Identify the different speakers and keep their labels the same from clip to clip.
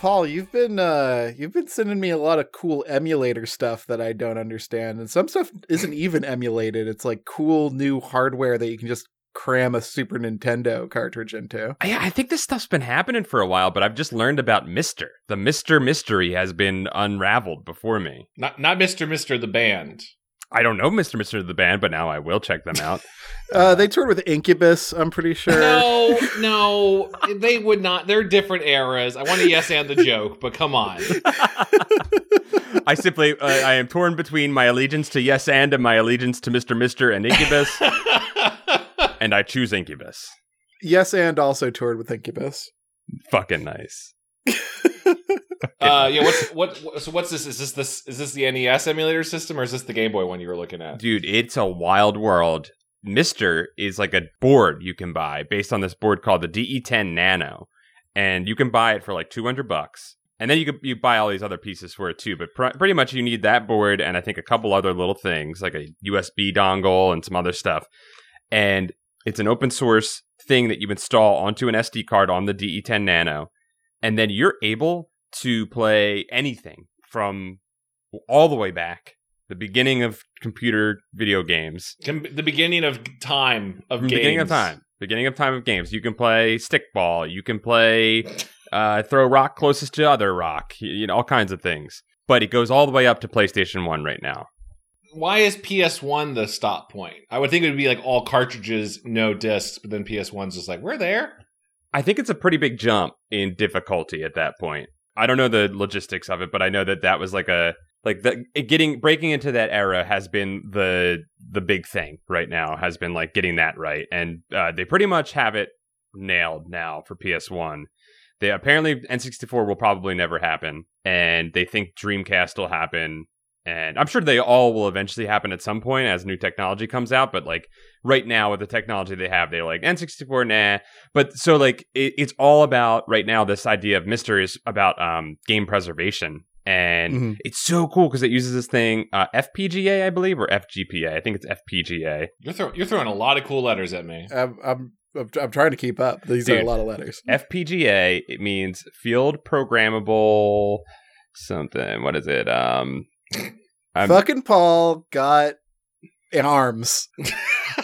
Speaker 1: Paul, you've been uh, you've been sending me a lot of cool emulator stuff that I don't understand, and some stuff isn't even emulated. It's like cool new hardware that you can just cram a Super Nintendo cartridge into. Uh,
Speaker 2: Yeah, I think this stuff's been happening for a while, but I've just learned about Mister. The Mister mystery has been unraveled before me.
Speaker 3: Not not Mr. Mr. the band.
Speaker 2: I don't know Mister Mister the band, but now I will check them out. Uh-huh.
Speaker 1: Uh, they toured with Incubus, I'm pretty sure.
Speaker 3: No, no, they would not. They're different eras. I want to yes and the joke, but come on.
Speaker 2: I simply uh, I am torn between my allegiance to Yes and and my allegiance to Mister Mister and Incubus, and I choose Incubus.
Speaker 1: Yes, and also toured with Incubus.
Speaker 2: Fucking nice.
Speaker 3: Uh, yeah, what's what, what? So what's this? Is this this is this the NES emulator system or is this the Game Boy one you were looking at?
Speaker 2: Dude, it's a wild world. Mister is like a board you can buy based on this board called the DE10 Nano, and you can buy it for like 200 bucks. And then you could you buy all these other pieces for it too, but pr- pretty much you need that board and I think a couple other little things like a USB dongle and some other stuff. And it's an open source thing that you install onto an SD card on the DE10 Nano, and then you're able to play anything from all the way back, the beginning of computer video games
Speaker 3: Com- the beginning of time of
Speaker 2: from
Speaker 3: games.
Speaker 2: beginning of time beginning of time of games you can play stickball you can play uh, throw rock closest to other rock you, you know all kinds of things but it goes all the way up to playstation 1 right now
Speaker 3: Why is PS one the stop point? I would think it would be like all cartridges, no discs, but then PS one's just like we're there.
Speaker 2: i think it's a pretty big jump in difficulty at that point i don't know the logistics of it but i know that that was like a like the it getting breaking into that era has been the the big thing right now has been like getting that right and uh, they pretty much have it nailed now for ps1 they apparently n64 will probably never happen and they think dreamcast will happen and i'm sure they all will eventually happen at some point as new technology comes out but like right now with the technology they have they're like n64 nah but so like it, it's all about right now this idea of mystery is about um game preservation and
Speaker 1: Mhm.
Speaker 2: it's so cool because it uses this thing uh, FPGA, I believe, or FGPA. I think it's FPGA.
Speaker 3: You're throw- you're throwing a lot of cool letters at me.
Speaker 1: I'm, I'm I'm I'm trying to keep up. These are a
Speaker 2: Dude.
Speaker 1: lot of letters.
Speaker 2: FPGA. It means field programmable something. What is it? Um, I'm-
Speaker 1: Fucking Paul got in arms.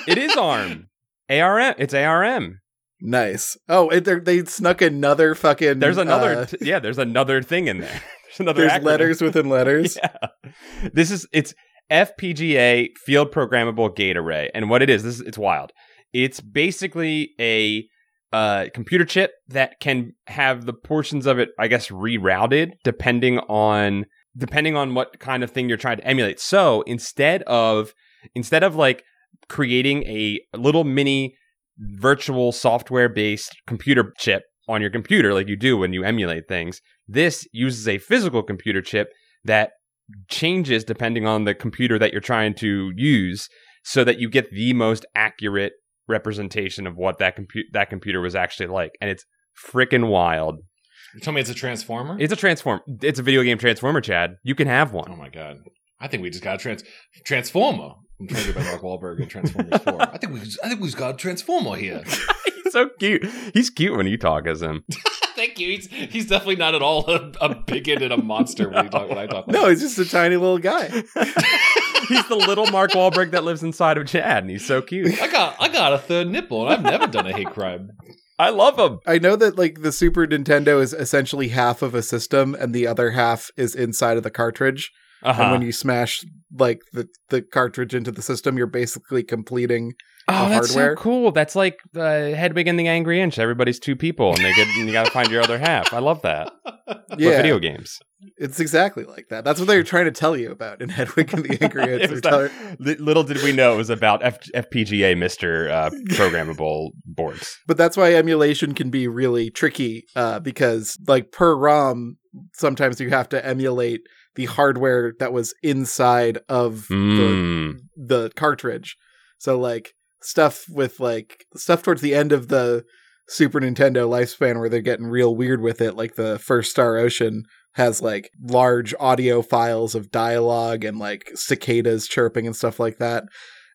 Speaker 2: it is ARM. ARM. It's ARM.
Speaker 1: Nice. Oh, it, they're- they snuck another fucking.
Speaker 2: There's another.
Speaker 1: uh,
Speaker 2: t- yeah, there's another thing in there. There's another.
Speaker 1: there's
Speaker 2: acronym.
Speaker 1: letters within letters.
Speaker 2: Yeah. This is it's FPGA field programmable gate array. And what it is, this is, it's wild. It's basically a uh, computer chip that can have the portions of it, I guess, rerouted depending on depending on what kind of thing you're trying to emulate. So instead of instead of like creating a little mini virtual software based computer chip on your computer like you do when you emulate things, this uses a physical computer chip that changes depending on the computer that you're trying to use so that you get the most accurate representation of what that compu- that computer was actually like and it's freaking wild
Speaker 3: You tell me it's a transformer.
Speaker 2: it's a transform it's a video game transformer chad you can have one
Speaker 3: oh my god! I think we just got a trans transformer. I'm trying to by Mark Wahlberg and Transformers Four. I think we I think we've got a transformer here.
Speaker 2: he's so cute he's cute when you talk as him
Speaker 3: Thank you. He's, he's definitely not at all a, a bigot and a monster when, you talk, when I talk. Like
Speaker 1: No, he's just a tiny little guy.
Speaker 2: he's the little mark Wahlberg that lives inside of chad and he's so cute
Speaker 3: that. I got I got a third nipple, and I've never done a hate crime.
Speaker 2: i love him
Speaker 1: I know that like the Super Nintendo is essentially half of a system, and the other half is inside of the cartridge.
Speaker 2: Uh-huh.
Speaker 1: And when you smash like the the cartridge into the system, you're basically completing.
Speaker 2: Oh,
Speaker 1: of
Speaker 2: that's
Speaker 1: hardware.
Speaker 2: so cool. That's like uh, Hedwig and the Angry Inch. Everybody's two people, and they get and you got to find your other half. I love that. For
Speaker 1: Yeah,
Speaker 2: video games.
Speaker 1: it's exactly like that. That's what they were trying to tell you about in Hedwig and the Angry
Speaker 2: It
Speaker 1: Inch.
Speaker 2: was
Speaker 1: They're telling-
Speaker 2: that- li- little did we know it was about F- FPGA, Mister uh, Programmable Boards.
Speaker 1: but that's why emulation can be really tricky uh, because like per rom sometimes you have to emulate the hardware that was inside of
Speaker 2: Mm.
Speaker 1: the, the cartridge so like stuff with like stuff towards the end of the super nintendo lifespan where they're getting real weird with it like the first star ocean has like large audio files of dialogue and like cicadas chirping and stuff like that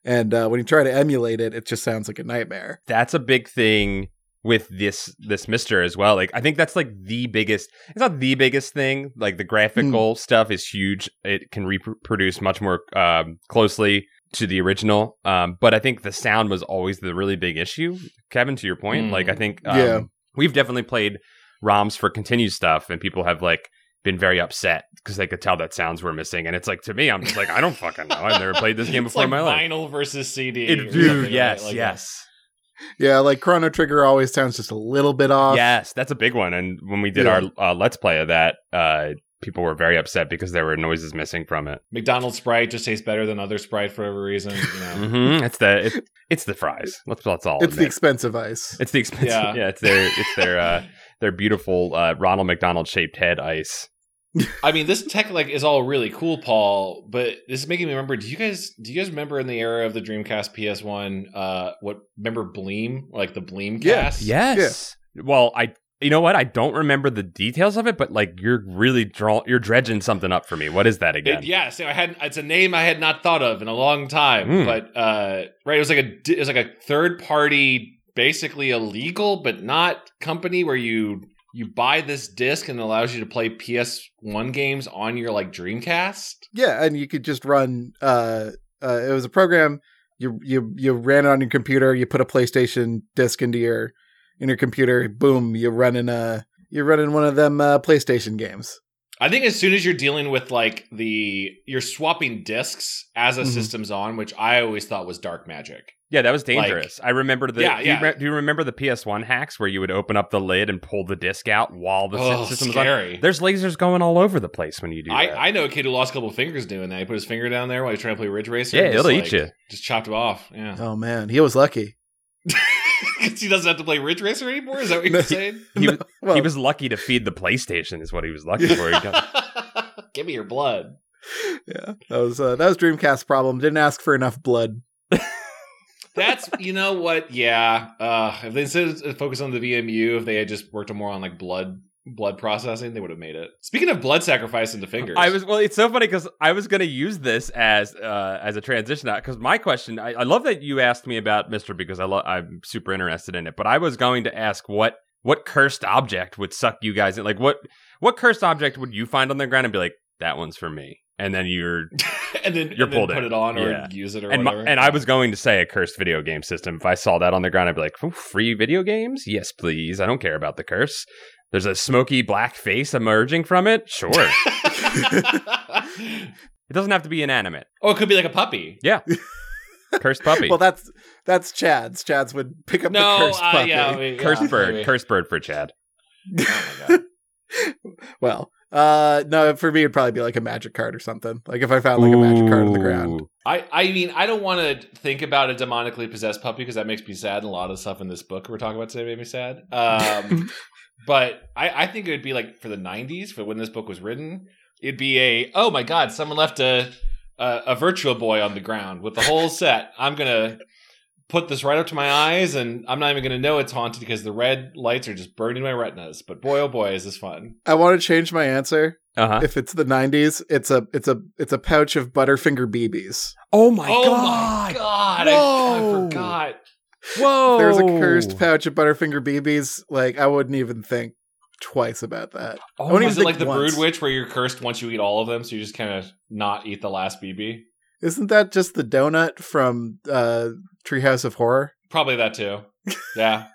Speaker 1: and uh, when you try to emulate it it just sounds like a nightmare
Speaker 2: That's a big thing with this this mister as well. Like I think that's like the biggest. It's not the biggest thing. Like the graphical stuff is huge. It can reproduce much more um, closely to the original. Um, but I think the sound was always the really big issue. Kevin, to your point,
Speaker 3: Mm.
Speaker 2: like I think um,
Speaker 1: Yeah.
Speaker 2: we've definitely played ROMs for continued stuff, and people have like been very upset because they could tell that sounds were missing. And it's like to me, I'm just like I don't fucking know. I've never played this game
Speaker 3: It's
Speaker 2: before
Speaker 3: like
Speaker 2: in my life.
Speaker 3: Vinyl versus CD. or
Speaker 2: It,
Speaker 3: something
Speaker 2: dude,
Speaker 3: like
Speaker 2: yes,
Speaker 3: that. Like,
Speaker 2: yes.
Speaker 1: Yeah, like Chrono Trigger always sounds just a little bit off.
Speaker 2: yes, that's a big one. And when we did
Speaker 1: Yeah.
Speaker 2: our uh, let's play of that, uh, people were very upset because there were noises missing from it.
Speaker 3: McDonald's Sprite just tastes better than other Sprite for every reason. You know?
Speaker 2: Mm-hmm. It's the it, it's the fries. Let's let's all
Speaker 1: it's the
Speaker 2: admit.
Speaker 1: expensive ice.
Speaker 2: it's the expensive. Yeah.
Speaker 3: Yeah.
Speaker 2: it's their it's their uh, their beautiful uh, Ronald McDonald shaped head ice.
Speaker 3: I mean, this tech like is all really cool, Paul. But this is making me remember. Do you guys do you guys remember in the era of the Dreamcast, PS1, uh, what remember Bleem, like the Bleem
Speaker 1: Yeah.
Speaker 3: cast?
Speaker 2: Yes. Well, I you know what? I don't remember the details of it, but like you're really draw you're dredging something up for me. What is that again?
Speaker 3: It, yeah, so I had it's a name I had not thought of in a long time,
Speaker 2: Hmm.
Speaker 3: but uh, right, it was like a it was like a third party, basically illegal but not company where you you buy this disc and it allows you to play PS1 games on your like Dreamcast.
Speaker 1: Yeah, and you could just run. Uh, uh, it was a program you you you ran it on your computer. You put a PlayStation disc into your in your computer. Boom, you're running a you're running one of them uh, PlayStation games.
Speaker 3: I think as soon as you're dealing with like the you're swapping discs as a
Speaker 2: Mm-hmm.
Speaker 1: Mhm.
Speaker 3: system's on, which I always thought was dark magic.
Speaker 2: Yeah, that was
Speaker 3: Like-
Speaker 2: dangerous. I remember the.
Speaker 3: Yeah,
Speaker 2: do, you
Speaker 3: yeah.
Speaker 2: re- do you remember the PS1 hacks where you would open up the lid and pull the disc out while the
Speaker 3: oh,
Speaker 2: sy- system was on?
Speaker 3: scary.
Speaker 2: There's lasers going all over the place when you do that.
Speaker 3: I, I know a kid who lost a couple fingers doing that. He put his finger down there while he was trying to play Ridge Racer.
Speaker 2: Yeah,
Speaker 3: and just,
Speaker 2: it'll eat
Speaker 3: like,
Speaker 2: you.
Speaker 3: Just chopped him off. Yeah.
Speaker 1: Oh man, he was lucky.
Speaker 3: 'Cause he doesn't have to play Ridge Racer anymore. Is that what you're
Speaker 1: No.
Speaker 3: saying?
Speaker 2: he, was,
Speaker 1: Well,
Speaker 2: he was lucky to feed the PlayStation, is what he was lucky for. He got-
Speaker 3: Give me your blood.
Speaker 1: yeah, that was uh, that was Dreamcast problem. Didn't ask for enough blood.
Speaker 3: That's you know what? Yeah. Uh, if they instead of focus on the VMU, if they had just worked more on like blood blood processing, they would have made it. Speaking of blood sacrifice into fingers,
Speaker 2: I was well. It's so funny because I was going to use this as uh, as a transition because my question. I, I love that you asked me about Mister because I lo- I'm super interested in it. But I was going to ask what what cursed object would suck you guys in. Like what what cursed object would you find on the ground and be like that one's for me, and then you're
Speaker 3: and
Speaker 2: You're
Speaker 3: then and then
Speaker 2: pulled
Speaker 3: put
Speaker 2: in.
Speaker 3: it on or
Speaker 2: Yeah.
Speaker 3: use it or
Speaker 2: and my,
Speaker 3: whatever.
Speaker 2: and I was going to say a cursed video game system. If I saw that on the ground, I'd be like, "Ooh, free video games? Yes, please. I don't care about the curse. There's a smoky black face emerging from it. Sure, it doesn't have to be inanimate.
Speaker 3: oh, it could be like a puppy.
Speaker 2: Cursed puppy,
Speaker 1: Well, that's that's Chad's. Chad's would pick up the
Speaker 3: No,
Speaker 1: cursed
Speaker 3: uh,
Speaker 1: puppy.
Speaker 3: yeah, we- yeah,
Speaker 2: cursed bird,
Speaker 3: maybe.
Speaker 2: cursed bird for Chad.
Speaker 3: Oh my God.
Speaker 1: well, uh, no, for me it'd probably be like a magic card or something. Like if I found like a magic card on the ground.
Speaker 2: Ooh.
Speaker 3: I, I mean, I don't want to think about a demonically possessed puppy because that makes me sad, and a lot of stuff in this book we're talking about today made me sad. Um, but I, I think it would be like for the '90s, for when this book was written, it'd be a oh my god, someone left a a, a Virtua Boy on the ground with the whole set. I'm gonna put this right up to my eyes, and I'm not even gonna know it's haunted because the red lights are just burning my retinas. But boy, oh boy, is this fun!
Speaker 1: I want to change my answer.
Speaker 2: Uh-huh.
Speaker 1: If it's the '90s, it's a it's a it's a pouch of Butterfinger BBs.
Speaker 2: Oh my
Speaker 3: oh
Speaker 2: god!
Speaker 3: my god, I,
Speaker 2: Whoa.
Speaker 3: I forgot.
Speaker 2: Whoa!
Speaker 1: If There's a
Speaker 2: Oh.
Speaker 1: cursed pouch of Butterfinger BBs. Like I wouldn't even think twice about that.
Speaker 2: Oh
Speaker 1: I wouldn't
Speaker 2: my-
Speaker 1: even
Speaker 3: Is it
Speaker 1: think
Speaker 3: like the
Speaker 1: once.
Speaker 3: Brood Witch where you're cursed once you eat all of them, so you just kind of not eat the last BB?
Speaker 1: Isn't that just the donut from uh, Treehouse of Horror?
Speaker 3: Probably that too. Yeah.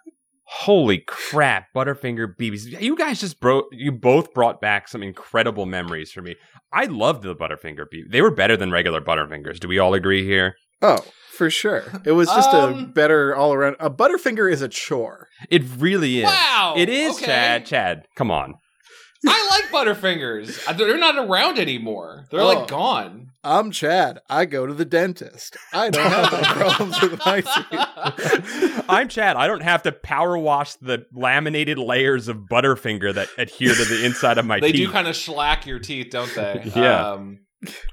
Speaker 2: Holy crap! Butterfinger BBs. You guys just bro. You both brought back some incredible memories for me. I loved the Butterfinger BBs. They were better than regular Butterfingers. Do we all agree here?
Speaker 1: Oh, for sure. It was just a
Speaker 3: Um,
Speaker 1: better all around. A Butterfinger is a chore.
Speaker 2: It really is.
Speaker 3: Wow.
Speaker 2: It is
Speaker 3: okay.
Speaker 2: Chad. Chad, come on.
Speaker 3: I like Butterfingers. Uh, They're not around anymore. They're
Speaker 1: Oh.
Speaker 3: like gone.
Speaker 1: I'm Chad. I go to the dentist. I don't have any problems with my teeth.
Speaker 2: I'm Chad. I don't have to power wash the laminated layers of Butterfinger that adhere to the inside of my
Speaker 3: they
Speaker 2: teeth.
Speaker 3: do kind of shellac your teeth, don't they?
Speaker 2: Yeah.
Speaker 3: Um,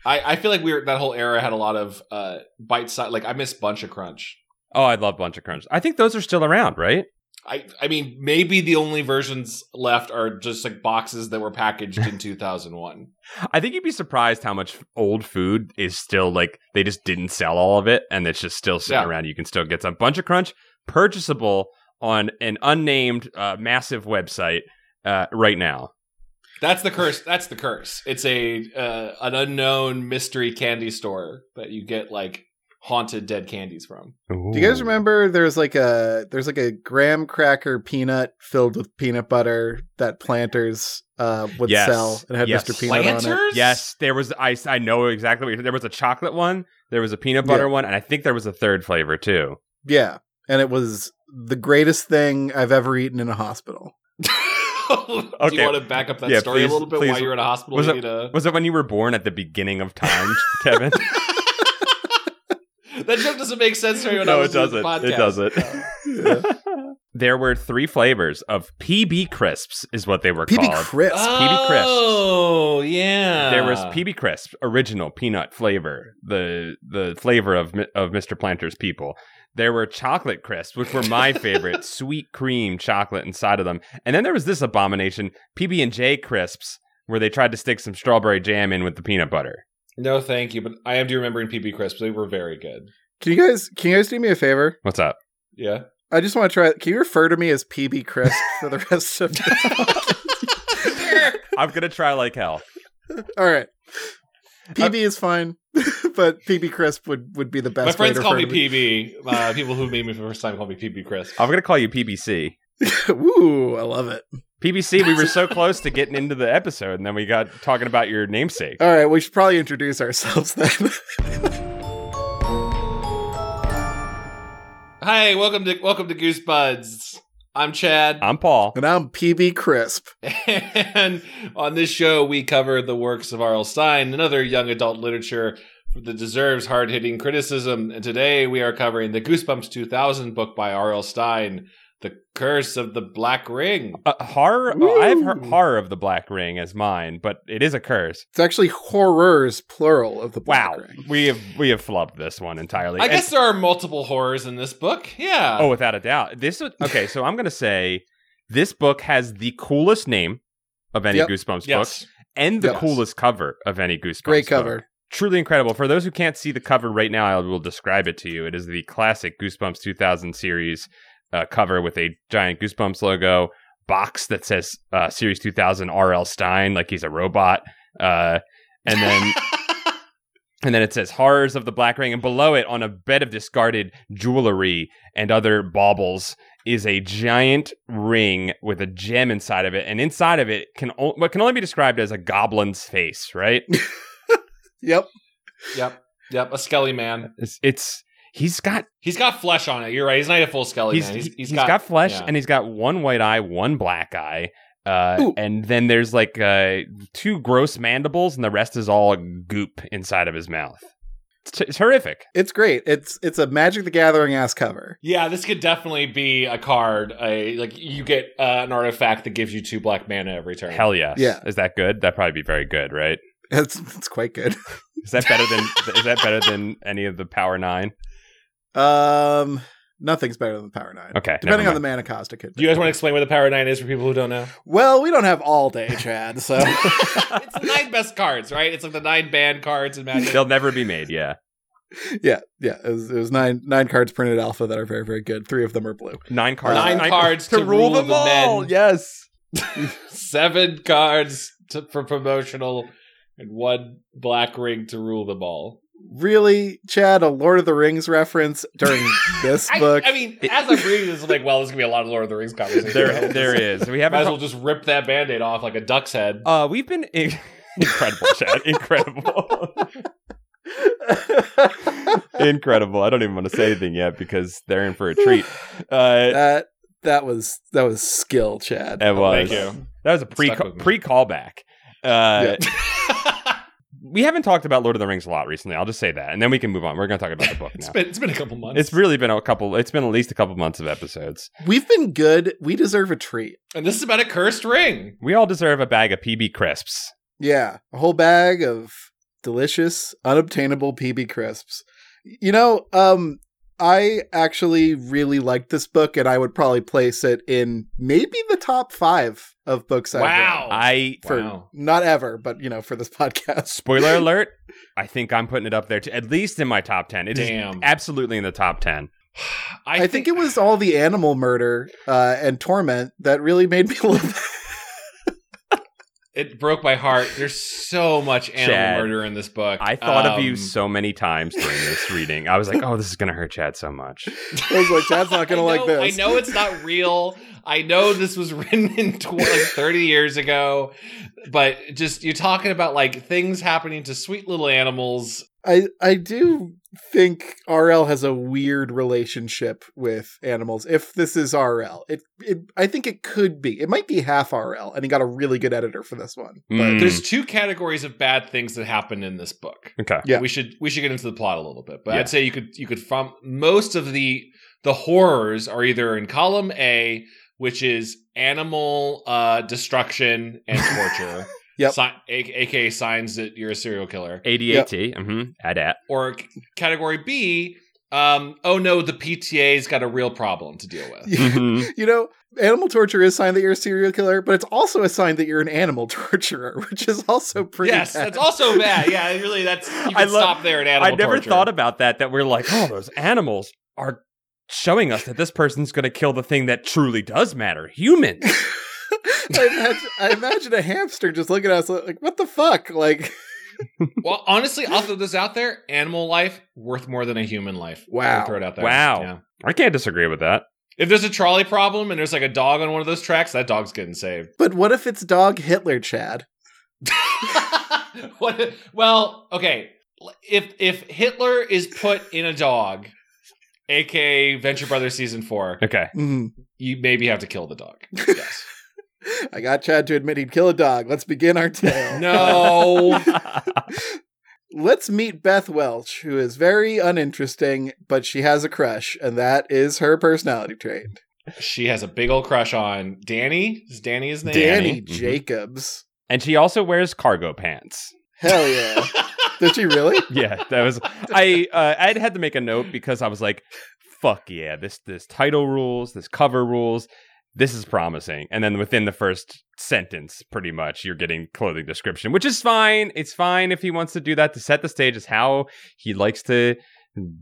Speaker 3: I, I feel like we were that whole era had a lot of uh, bite size. Like I miss Bunch of Crunch.
Speaker 2: oh, I love Bunch of Crunch. I think those are still around, right?
Speaker 3: I, I mean, maybe the only versions left are just like boxes that were packaged in 2001.
Speaker 2: I think you'd be surprised how much old food is still like they just didn't sell all of it, and it's just still sitting
Speaker 3: Yeah.
Speaker 2: around. You can still get some Bunch of Crunch purchasable on an unnamed uh, massive website uh, right now.
Speaker 3: That's the curse. That's the curse. It's a uh, an unknown mystery candy store that you get like haunted dead candies from.
Speaker 1: Do you guys remember there's like a there's like a graham cracker peanut filled with peanut butter that planters uh would
Speaker 2: Yes.
Speaker 1: sell and had
Speaker 2: Yes.
Speaker 1: Mr. Peanut on it.
Speaker 3: Planters?
Speaker 2: Yes, there was. I I know exactly what you're, there was a chocolate one, there was a peanut butter one, and I think there was a third flavor too.
Speaker 1: Yeah. And it was the greatest thing I've ever eaten in a hospital.
Speaker 3: Do
Speaker 2: Okay.
Speaker 3: you want to back up that
Speaker 2: Yeah,
Speaker 3: story
Speaker 2: please-
Speaker 3: a little bit
Speaker 2: please.
Speaker 3: while you're in a hospital?
Speaker 2: Was
Speaker 3: you
Speaker 2: it-
Speaker 3: need a-
Speaker 2: Was it when you were born at the beginning of time, Kevin?
Speaker 3: that joke doesn't make sense to me when I
Speaker 2: no, it
Speaker 3: listen to the
Speaker 2: doesn't. It
Speaker 3: podcast.
Speaker 2: doesn't.
Speaker 1: Yeah.
Speaker 2: there were three flavors of PB crisps, is what they were
Speaker 1: PB
Speaker 2: called.
Speaker 1: crisp.
Speaker 3: uh,
Speaker 2: PB crisps.
Speaker 3: Oh yeah.
Speaker 2: there was PB crisp, original peanut flavor, the the flavor of Mi- of Mr. Planter's people. There were chocolate crisps, which were my favorite, sweet cream chocolate inside of them. And then there was this abomination, PB and J crisps, where they tried to stick some strawberry jam in with the peanut butter.
Speaker 3: No, thank you, but I am do remembering PB crisps. They were very good.
Speaker 1: Can you guys can you guys do me a favor?
Speaker 2: What's up?
Speaker 3: Yeah.
Speaker 1: I just want to try can you refer to me as PB crisp for the rest of
Speaker 2: I'm gonna try like hell.
Speaker 1: All right. PB is fine, but PB crisp would would be the best.
Speaker 3: My friends
Speaker 1: way to
Speaker 3: call me
Speaker 1: refer to
Speaker 3: PB. Uh, people who meet me for the first time call me PB crisp.
Speaker 2: I'm gonna call you PBC.
Speaker 1: Woo, I love it.
Speaker 2: PBC, we were so close to getting into the episode, and then we got talking about your namesake.
Speaker 1: All right, we should probably introduce ourselves then.
Speaker 3: Hi, welcome to welcome to Goosebuds. I'm Chad,
Speaker 2: I'm Paul.
Speaker 1: and I'm PB Crisp.
Speaker 2: Uh.
Speaker 3: and on this show we cover the works of R.L. Stein and other young adult literature that deserves hard hitting criticism. And today we are covering the Goosebumps 2000 book by R.L. Stein, The Curse of the Black Ring.
Speaker 2: Uh, horror. oh, I have heard
Speaker 1: Woo.
Speaker 2: horror of the Black Ring as mine, but it is a curse.
Speaker 1: It's actually horrors plural of the Black
Speaker 2: Wow,
Speaker 1: Ring.
Speaker 2: we have we have flubbed this one entirely.
Speaker 3: I
Speaker 2: And-
Speaker 3: guess there are multiple horrors in this book.
Speaker 1: uh,
Speaker 3: Yeah.
Speaker 2: oh, without a doubt. This is- okay. So I'm gonna say this book has the coolest name of any
Speaker 1: Yep.
Speaker 2: Goosebumps book
Speaker 3: yes.
Speaker 2: and the
Speaker 1: Yes.
Speaker 2: coolest cover of any Goosebumps.
Speaker 1: Great
Speaker 2: book.
Speaker 1: cover.
Speaker 2: Truly incredible. For those who can't see the cover right now, I will describe it to you. It is the classic Goosebumps 2000 series uh, cover with a giant Goosebumps logo, box that says uh, Series 2000 R.L. Stein, like he's a robot, uh, and then And then it says Horrors of the Black Ring. And below it, on a bed of discarded jewelry and other baubles, is a giant ring with a gem inside of it. And inside of it can o- what can only be described as a goblin's face, right?
Speaker 1: Yep.
Speaker 3: yep. Yep. A skelly man.
Speaker 2: it's, it's he's got
Speaker 3: He's got flesh on it. You're right. Oh, He's not a full skelly
Speaker 2: he's,
Speaker 3: man.
Speaker 2: he- he's got, flesh
Speaker 3: yeah.
Speaker 2: and he's got one white eye, one black eye. Uh,
Speaker 1: Ooh.
Speaker 2: and then there's like uh, two gross mandibles, and the rest is all goop inside of his mouth. It's, it's horrific.
Speaker 1: It's great. It's it's a Magic the Gathering ass cover.
Speaker 3: Yeah, this could definitely be a card. A like you get uh, an artifact that gives you two black mana every turn.
Speaker 2: Hell yes.
Speaker 1: Yeah.
Speaker 2: Is that good? That'd probably be very good, right?
Speaker 1: It's it's quite good.
Speaker 2: Is that better than is that better than any of the Power Nine?
Speaker 1: Um nothing's better than Power Nine.
Speaker 2: Okay,
Speaker 1: Depending
Speaker 2: never
Speaker 1: on the mana cost it could
Speaker 3: Do you guys want to explain what the power nine is for people who don't know?
Speaker 1: Well, we don't have all day, Chad, so
Speaker 3: it's the nine best cards, right? It's like the nine band cards in Magic.
Speaker 2: They'll never be made. Yeah,
Speaker 1: yeah, yeah. It was, it was nine nine cards printed alpha that are very, very good. Three of them are blue.
Speaker 2: nine cards.
Speaker 1: Nine
Speaker 3: cards to rule the men.
Speaker 2: Yes.
Speaker 3: Seven cards to, for promotional, and one black ring to rule them all.
Speaker 1: Really, Chad, a Lord of the Rings reference during this
Speaker 3: I,
Speaker 1: book.
Speaker 3: I mean,
Speaker 2: It-
Speaker 3: as I'm reading this, I'm like, well, there's gonna be a lot of Lord of the Rings conversation.
Speaker 2: There, there is. We
Speaker 3: Might
Speaker 2: haven't.
Speaker 3: as well just rip that band-aid off like a duck's head.
Speaker 2: uh, we've been in- incredible, Chad. Incredible, incredible. I don't even want to say anything yet because they're in for a treat. Uh,
Speaker 1: that that was that was skill, Chad.
Speaker 2: it was.
Speaker 3: Thank you.
Speaker 2: That was a pre
Speaker 3: Stuck with me.
Speaker 2: pre callback. Uh,
Speaker 1: Yeah.
Speaker 2: We haven't talked about Lord of the Rings a lot recently. I'll just say that, and then we can move on. We're going to talk about the book
Speaker 3: It's
Speaker 2: now.
Speaker 3: been it's been a couple months.
Speaker 2: It's really been a couple. It's been at least a couple months of episodes.
Speaker 1: We've been good. We deserve a treat.
Speaker 3: and this is about a cursed ring.
Speaker 2: We all deserve a bag of PB crisps.
Speaker 1: Yeah, a whole bag of delicious, unobtainable PB crisps. You know, um, I actually really liked this book, and I would probably place it in maybe the top five of books. I've read.
Speaker 3: Wow.
Speaker 2: I
Speaker 1: For
Speaker 3: Oh, Wow.
Speaker 1: not ever, but you know, for this podcast.
Speaker 2: spoiler alert. I think I'm putting it up there too, at least in my top ten. It is
Speaker 3: Damn.
Speaker 2: absolutely in the top ten.
Speaker 1: I, think, it was all the animal murder uh, and torment that really made me love.
Speaker 3: it broke my heart. There's so much animal
Speaker 2: Chad,
Speaker 3: murder in this book.
Speaker 2: I thought of
Speaker 3: Um,
Speaker 2: you so many times during this reading. I was like, "Oh, this is gonna hurt Chad so much."
Speaker 1: I was like, Chad's not gonna
Speaker 3: I
Speaker 1: like
Speaker 3: know-
Speaker 1: this.
Speaker 3: I know it's not real. I know this was written in tw- like 30 years ago, but just you're talking about like things happening to sweet little animals.
Speaker 1: I I do think RL has a weird relationship with animals. If this is RL, it it I think it could be. It might be half RL, and he got a really good editor for this one. But
Speaker 2: Mm.
Speaker 3: There's two categories of bad things that happen in this book.
Speaker 2: Okay,
Speaker 1: Yeah.
Speaker 3: We should we should get into the plot a little bit, but
Speaker 2: Yeah.
Speaker 3: I'd say you could you could from most of the the horrors are either in column A, which is animal uh, destruction and torture.
Speaker 1: Yep.
Speaker 3: Si- a- aka signs that you're a serial killer.
Speaker 2: ADAT. Mm-hmm. Add at.
Speaker 3: or c- category B, um, oh no, the PTA's got a real problem to deal with.
Speaker 2: Mhm.
Speaker 1: You know, animal torture is a sign that you're a serial killer, but it's also a sign that you're an animal torturer, which is also pretty.
Speaker 3: yes,
Speaker 1: bad.
Speaker 3: that's also bad. Yeah, really, that's you can
Speaker 2: I love-
Speaker 3: stop there at animal
Speaker 2: I never
Speaker 3: torture.
Speaker 2: thought about that. That we're like, "Oh, those animals are." Showing us that this person's going to kill the thing that truly does matter, humans.
Speaker 1: I, imagine, I imagine a hamster just looking at us like, "What the fuck?" Like,
Speaker 3: well, honestly, I'll throw this out there: animal life worth more than a human life.
Speaker 1: Wow.
Speaker 3: I'll throw it out there.
Speaker 2: Wow.
Speaker 3: Yeah.
Speaker 2: I can't disagree with that.
Speaker 3: If there's a trolley problem and there's like a dog on one of those tracks, that dog's getting saved.
Speaker 1: but what if it's dog Hitler, Chad?
Speaker 3: what? Well, okay. If if Hitler is put in a dog, aka Venture Brothers season four,
Speaker 2: Okay.
Speaker 1: Mm.
Speaker 3: you maybe have to kill the dog. Yes.
Speaker 1: I got Chad to admit he'd kill a dog. Let's begin our tale.
Speaker 3: No.
Speaker 1: Let's meet Beth Welch, who is very uninteresting, but she has a crush, and that is her personality trait.
Speaker 3: she has a big old crush on Danny. Is Danny his name?
Speaker 1: Danny,
Speaker 2: Mhm.
Speaker 1: Jacobs.
Speaker 2: and she also wears cargo pants.
Speaker 1: Hell yeah. Did she really?
Speaker 2: yeah, that was I. Uh, I had to make a note because I was like, "Fuck yeah, this this title rules, this cover rules, this is promising." And then within the first sentence, pretty much, you're getting clothing description, which is fine. It's fine if he wants to do that to set the stage. Is how he likes to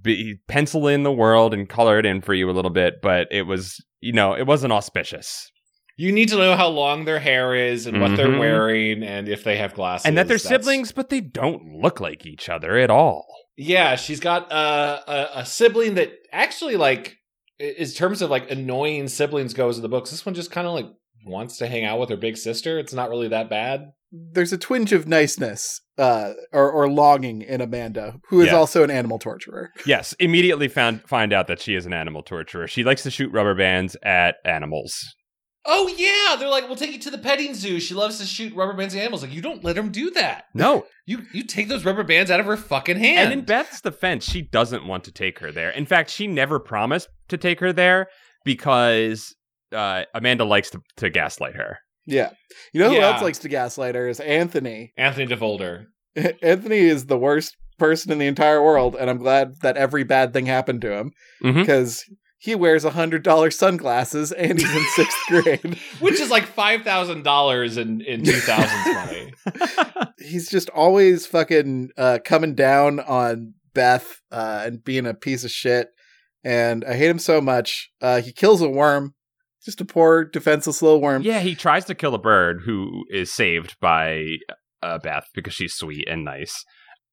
Speaker 2: be, pencil in the world and color it in for you a little bit. But it was, you know, it wasn't auspicious,
Speaker 3: You need to know how long their hair is and what they're
Speaker 2: Mhm.
Speaker 3: wearing and if they have glasses.
Speaker 2: and that they're
Speaker 3: That's-
Speaker 2: siblings, but they don't look like each other at all.
Speaker 3: Yeah, she's got a, a, a sibling that actually, like, i- in terms of like annoying siblings goes in the books, this one just kind of like wants to hang out with her big sister. It's not really that bad.
Speaker 1: There's a twinge of niceness uh, or, or longing in Amanda, who is
Speaker 2: Yeah.
Speaker 1: also an animal torturer.
Speaker 2: Yes, immediately found find out that she is an animal torturer. She likes to shoot rubber bands at animals.
Speaker 3: Oh yeah, they're like, we'll take you to the petting zoo. She loves to shoot rubber bands at animals. Like, you don't let them do that.
Speaker 2: No,
Speaker 3: You you take those rubber bands out of her fucking
Speaker 2: and
Speaker 3: hand.
Speaker 2: in Beth's defense, she doesn't want to take her there. In fact, she never promised to take her there because uh, Amanda likes to, to gaslight her.
Speaker 1: Yeah. You know who
Speaker 3: Yeah.
Speaker 1: else likes to gaslight her is Anthony.
Speaker 3: Anthony DeVolder.
Speaker 1: Anthony is the worst person in the entire world, and I'm glad that every bad thing happened to him because he wears $100 sunglasses and he's in sixth grade.
Speaker 3: which is like five thousand dollars in in two thousands money.
Speaker 1: he's just always fucking uh, coming down on Beth uh, and being a piece of shit. And I hate him so much. Uh, he kills a worm, just a poor, defenseless little worm.
Speaker 2: Yeah, he tries to kill a bird who is saved by uh, Beth because she's sweet and nice.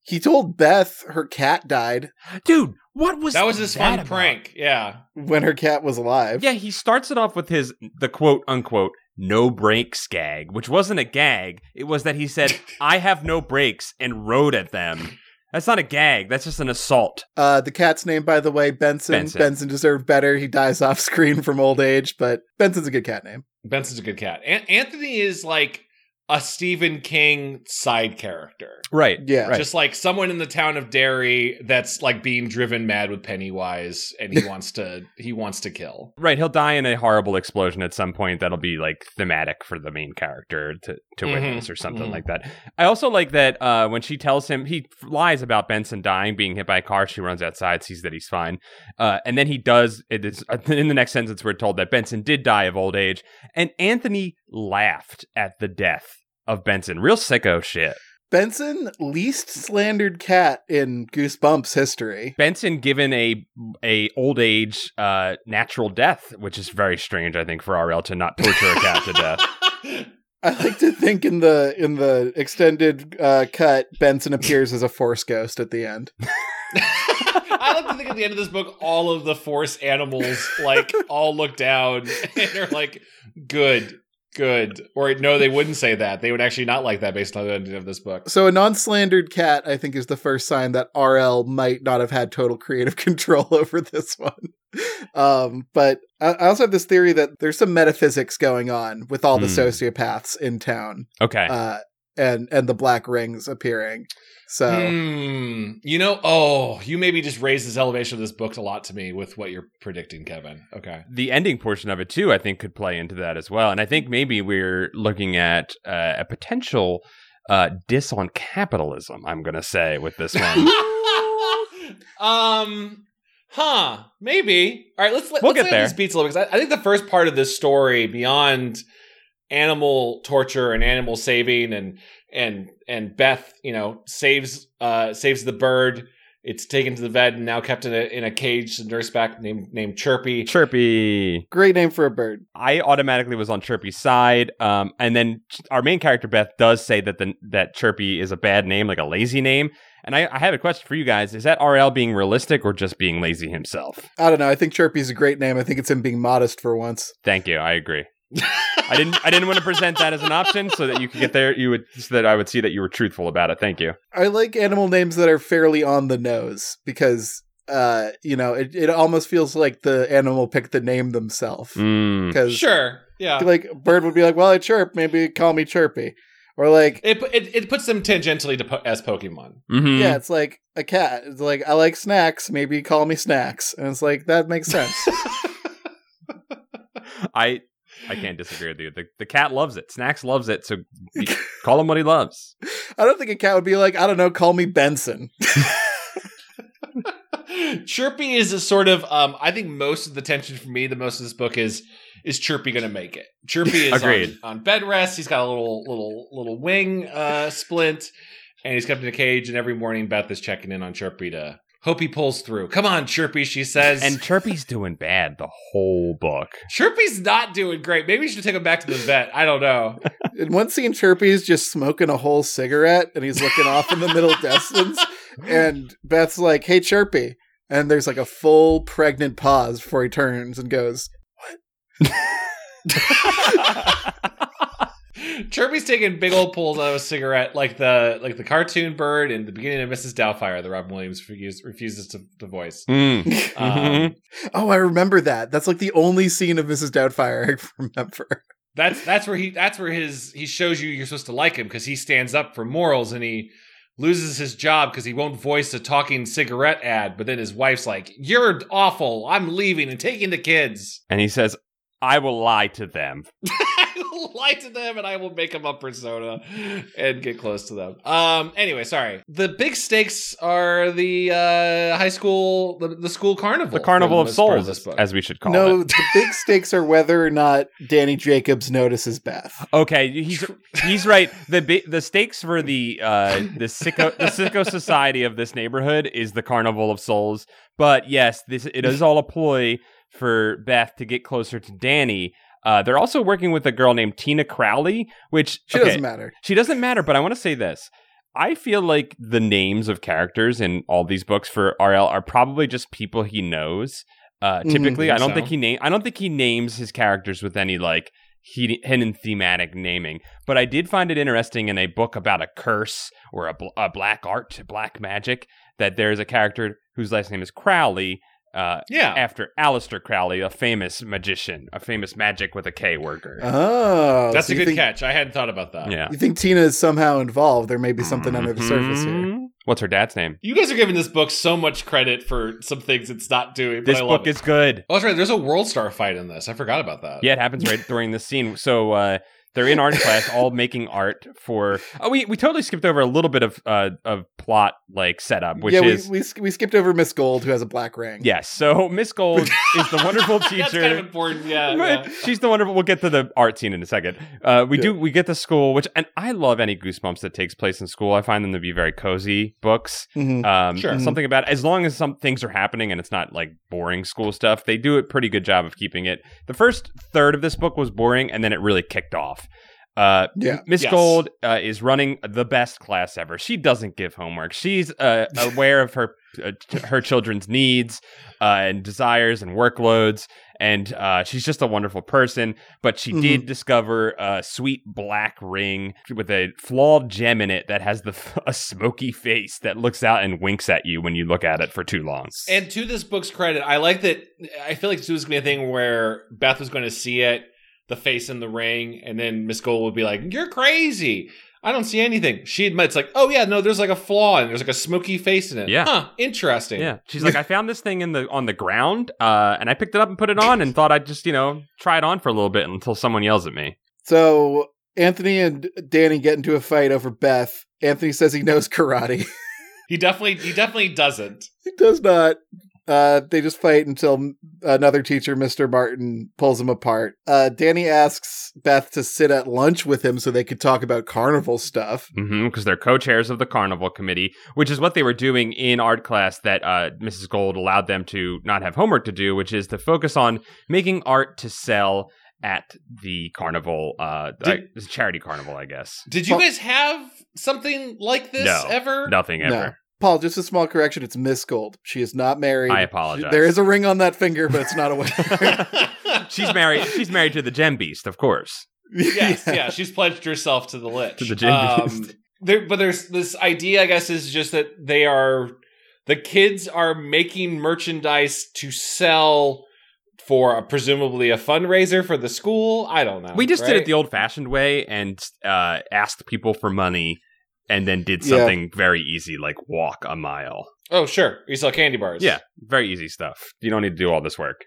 Speaker 1: He told Beth her cat died
Speaker 2: Dude, what was
Speaker 3: That was his fun
Speaker 2: about?
Speaker 3: prank. Yeah,
Speaker 1: when her cat was alive.
Speaker 2: Yeah, he starts it off with his the quote unquote no brakes gag, which wasn't a gag. It was that he said, "I have no brakes," and rode at them. That's not a gag. That's just an assault.
Speaker 1: Uh, the cat's name, by the way, Benson.
Speaker 2: Benson.
Speaker 1: Benson. deserved better. He dies off screen from old age, but Benson's a good cat name.
Speaker 3: Benson's a good cat. An- Anthony is like a Stephen King side character.
Speaker 2: Right.
Speaker 1: Yeah.
Speaker 2: Right.
Speaker 3: Just like someone in the town of Derry that's like being driven mad with Pennywise, and he wants to he wants to kill.
Speaker 2: Right. He'll die in a horrible explosion at some point. That'll be like thematic for the main character to to
Speaker 3: Mhm.
Speaker 2: witness or something
Speaker 3: Mhm.
Speaker 2: like that. I also like that uh, when she tells him he lies about Benson dying, being hit by a car. She runs outside, sees that he's fine, uh, and then he does. It is uh, in the next sentence we're told that Benson did die of old age, and Anthony laughed at the death of Benson. Real sicko shit.
Speaker 1: Benson least slandered cat in Goosebumps history.
Speaker 2: Benson given a a old age uh, natural death, which is very strange, I think, for RL to not torture a cat to death.
Speaker 1: I like to think in the in the extended uh, cut, Benson appears as a force ghost at the end.
Speaker 3: I like to think at the end of this book, all of the force animals like all look down and are like, "Good, good." Or no, they wouldn't say that. They would actually not like that based on the ending of this book.
Speaker 1: So a non-slandered cat, I think, is the first sign that RL might not have had total creative control over this one. Um, but I I also have this theory that there's some metaphysics going on with all the
Speaker 2: Hmm. Eh.
Speaker 1: sociopaths in town,
Speaker 2: Okay.
Speaker 1: uh, and and the black rings appearing. So
Speaker 3: Hmm. you know, oh, you maybe just raised this elevation of this book a lot to me with what you're predicting, Kevin. Okay.
Speaker 2: the ending portion of it too, I think, could play into that as well. And I think maybe we're looking at uh, a potential uh, diss on capitalism. I'm going to say with this one.
Speaker 3: um, huh? Maybe. All right. Let's let,
Speaker 2: We'll
Speaker 3: us
Speaker 2: get
Speaker 3: let
Speaker 2: there.
Speaker 3: these beats a little because I, I think the first part of this story, beyond animal torture and animal saving, and and and Beth, you know, saves uh saves the bird. It's taken to the vet and now kept in a in a cage. The nurse back named named Chirpy.
Speaker 2: Chirpy.
Speaker 1: great name for a bird.
Speaker 2: I automatically was on Chirpy's side. Um, and then ch- our main character Beth does say that the that Chirpy is a bad name, like a lazy name. And I, I have a question for you guys: Is that RL being realistic or just being lazy himself?
Speaker 1: I don't know. I think Chirpy's a great name. I think it's him being modest for once.
Speaker 2: Thank you. I agree. I didn't. I didn't want to present that as an option so that you could get there. You would so that I would see that you were truthful about it. Thank you.
Speaker 1: I like animal names that are fairly on the nose because uh, you know, it, it almost feels like the animal picked the name themselves.
Speaker 2: Mm.
Speaker 1: Because
Speaker 3: Sure. Yeah.
Speaker 1: like a bird would be like, Well I chirp, maybe call me chirpy. Or like
Speaker 3: It, it it puts them tangentially to po- as Pokemon.
Speaker 2: Mhm.
Speaker 1: yeah, it's like a cat. It's like I like snacks, maybe call me snacks. And it's like that makes sense.
Speaker 2: I I can't disagree with you. The, the cat loves it. Snacks loves it. So be- call him what he loves.
Speaker 1: I don't think a cat would be like, I don't know, call me Benson.
Speaker 3: Chirpy is a sort of um I think most of the tension for me, the most of this book is is Chirpy gonna make it. Chirpy is
Speaker 2: Agreed.
Speaker 3: on, on bed rest, he's got a little little little wing uh splint, and he's kept in a cage, and every morning Beth is checking in on Chirpy to hope he pulls through. Come on, Chirpy, she says.
Speaker 2: And
Speaker 3: And
Speaker 2: Chirpy's doing bad the whole book.
Speaker 3: Chirpy's not doing great. Maybe we should take him back to the vet. I don't know.
Speaker 1: In one scene, Chirpy's just smoking a whole cigarette and he's looking off in the middle distance. And Beth's like, Hey Chirpy. And there's like a full pregnant pause before he turns and goes,
Speaker 3: Chirpy's taking big old pulls out of a cigarette, like the like the cartoon bird in the beginning of Mrs. Doubtfire. The Robin Williams refuse, refuses to, to voice.
Speaker 2: Mm.
Speaker 3: Um,
Speaker 2: Mhm.
Speaker 1: Oh, I remember that. That's like the only scene of Mrs. Doubtfire I remember.
Speaker 3: That's that's where he that's where his he shows you you're supposed to like him because he stands up for morals and he loses his job because he won't voice a talking cigarette ad. But then his wife's like, "You're awful. I'm leaving and taking the kids.
Speaker 2: And he says, I will lie to them.
Speaker 3: I will lie to them and I will make them a persona and get close to them." Um. Anyway, sorry. The big stakes are the uh, high school the, the school carnival
Speaker 2: The Carnival
Speaker 3: for
Speaker 2: of
Speaker 3: most part
Speaker 2: Souls,
Speaker 3: this book.
Speaker 2: as we should call
Speaker 1: no,
Speaker 2: it.
Speaker 1: the big stakes are whether or not Danny Jacobs notices Beth.
Speaker 2: Okay, he's he's right. The bi- the stakes for the uh the sicko the sicko society of this neighborhood is the Carnival of Souls. But yes, this it is all a ploy for Beth to get closer to Danny. Uh, they're also working with a girl named Tina Crowley, which
Speaker 1: She
Speaker 2: okay,
Speaker 1: doesn't matter.
Speaker 2: She doesn't matter, but I want to say this. I feel like the names of characters in all these books for RL are probably just people he knows. Uh,
Speaker 1: Mhm.
Speaker 2: typically, I don't
Speaker 3: So.
Speaker 2: think he name. I don't think he names his characters with any like he- hidden thematic naming. But I did find it interesting in a book about a curse or a, bl- a black art, black magic, that there is a character whose last name is Crowley. Uh,
Speaker 3: yeah.
Speaker 2: after Aleister Crowley, a famous magician, a famous magic with a K worker.
Speaker 1: Oh,
Speaker 3: That's
Speaker 1: so
Speaker 3: a
Speaker 1: you
Speaker 3: good
Speaker 1: think-
Speaker 3: catch. I hadn't thought about that.
Speaker 2: yeah.
Speaker 1: You think Tina is somehow involved? There may be something under the surface here.
Speaker 2: Mhm. What's her dad's name?
Speaker 3: You guys are giving this book so much credit for some things it's not doing. But
Speaker 2: This
Speaker 3: I love
Speaker 2: book
Speaker 3: it.
Speaker 2: is good.
Speaker 3: Oh, that's right. There's a World Star fight in this. I forgot about that.
Speaker 2: Yeah, it happens right during this scene. So uh, They're in art class, all making art for. Oh, we, we totally skipped over a little bit of uh, of plot like setup, which
Speaker 1: yeah,
Speaker 2: is
Speaker 1: we, we sk- we skipped over Miss Gold, who has a black ring.
Speaker 2: yes. So Miss Gold is the wonderful teacher.
Speaker 3: That's kind of important. Yeah.
Speaker 2: Right.
Speaker 3: yeah.
Speaker 2: She's the wonderful. We'll get to the art scene in a second. Uh, we
Speaker 1: Yeah.
Speaker 2: do. We get to school, which and I love any goosebumps that takes place in school. I find them to be very cozy books.
Speaker 1: Mhm.
Speaker 2: Um,
Speaker 3: Sure.
Speaker 2: Something about as long as some things are happening and it's not like boring school stuff. They do a pretty good job of keeping it. The first third of this book was boring, and then it really kicked off. Uh,
Speaker 1: Yeah.
Speaker 2: Miss
Speaker 3: Yes.
Speaker 2: Gold uh, is running the best class ever. She doesn't give homework. She's uh, aware of her uh, t- her children's needs uh, and desires and workloads, and uh, she's just a wonderful person. But she
Speaker 1: Mhm.
Speaker 3: Mm-hmm.
Speaker 2: did discover a sweet black ring with a flawed gem in it that has the f- a smoky face that looks out and winks at you when you look at it for too long.
Speaker 3: And to this book's credit, I like that. I feel like this was going to be a thing where Beth was going to see it, the face in the ring, and then Miss Gold would be like, You're crazy. I don't see anything. She admits, like, oh, yeah, no, there's like a flaw and there's like a smoky face in it.
Speaker 2: Yeah.
Speaker 3: Huh, interesting.
Speaker 2: Yeah, she's like, I found this thing in the on the ground, uh, and I picked it up and put it on, and thought I'd just you know try it on for a little bit until someone yells at me.
Speaker 1: So Anthony and Danny get into a fight over Beth. Anthony says he knows karate.
Speaker 3: He definitely, he definitely doesn't.
Speaker 1: he does not. Uh, they just fight until another teacher, Mr. Martin, pulls them apart. Uh, Danny asks Beth to sit at lunch with him so they could talk about carnival stuff.
Speaker 2: Because Mm-hmm, they're co-chairs of the carnival committee, which is what they were doing in art class that uh, Mrs. Gold allowed them to not have homework to do, which is to focus on making art to sell at the carnival, uh,
Speaker 3: Did-
Speaker 2: I- it's a charity carnival, I guess.
Speaker 3: Did you
Speaker 1: Well-
Speaker 3: guys have something like this
Speaker 2: No.
Speaker 3: ever?
Speaker 2: Nothing
Speaker 1: No.
Speaker 2: ever.
Speaker 1: Paul, just a small correction. It's Miss Gold. She is not married.
Speaker 2: I apologize.
Speaker 1: There is a ring on that finger, but it's not a wedding.
Speaker 2: she's married. She's married to the gem beast, of course.
Speaker 3: yes, yeah. she's pledged herself to the lich. Um,
Speaker 2: To the gin beast.
Speaker 3: there, but there's this idea, I guess, is just that they are the kids are making merchandise to sell for a, presumably a fundraiser for the school. I don't
Speaker 1: Oh,
Speaker 3: know.
Speaker 2: We just did it the
Speaker 3: right?
Speaker 2: old-fashioned way and uh, asked people for money, and then did
Speaker 1: Yeah.
Speaker 2: something very easy, like walk a mile.
Speaker 3: oh sure, you sell candy bars.
Speaker 2: Yeah, very easy stuff. You don't need to do all this work.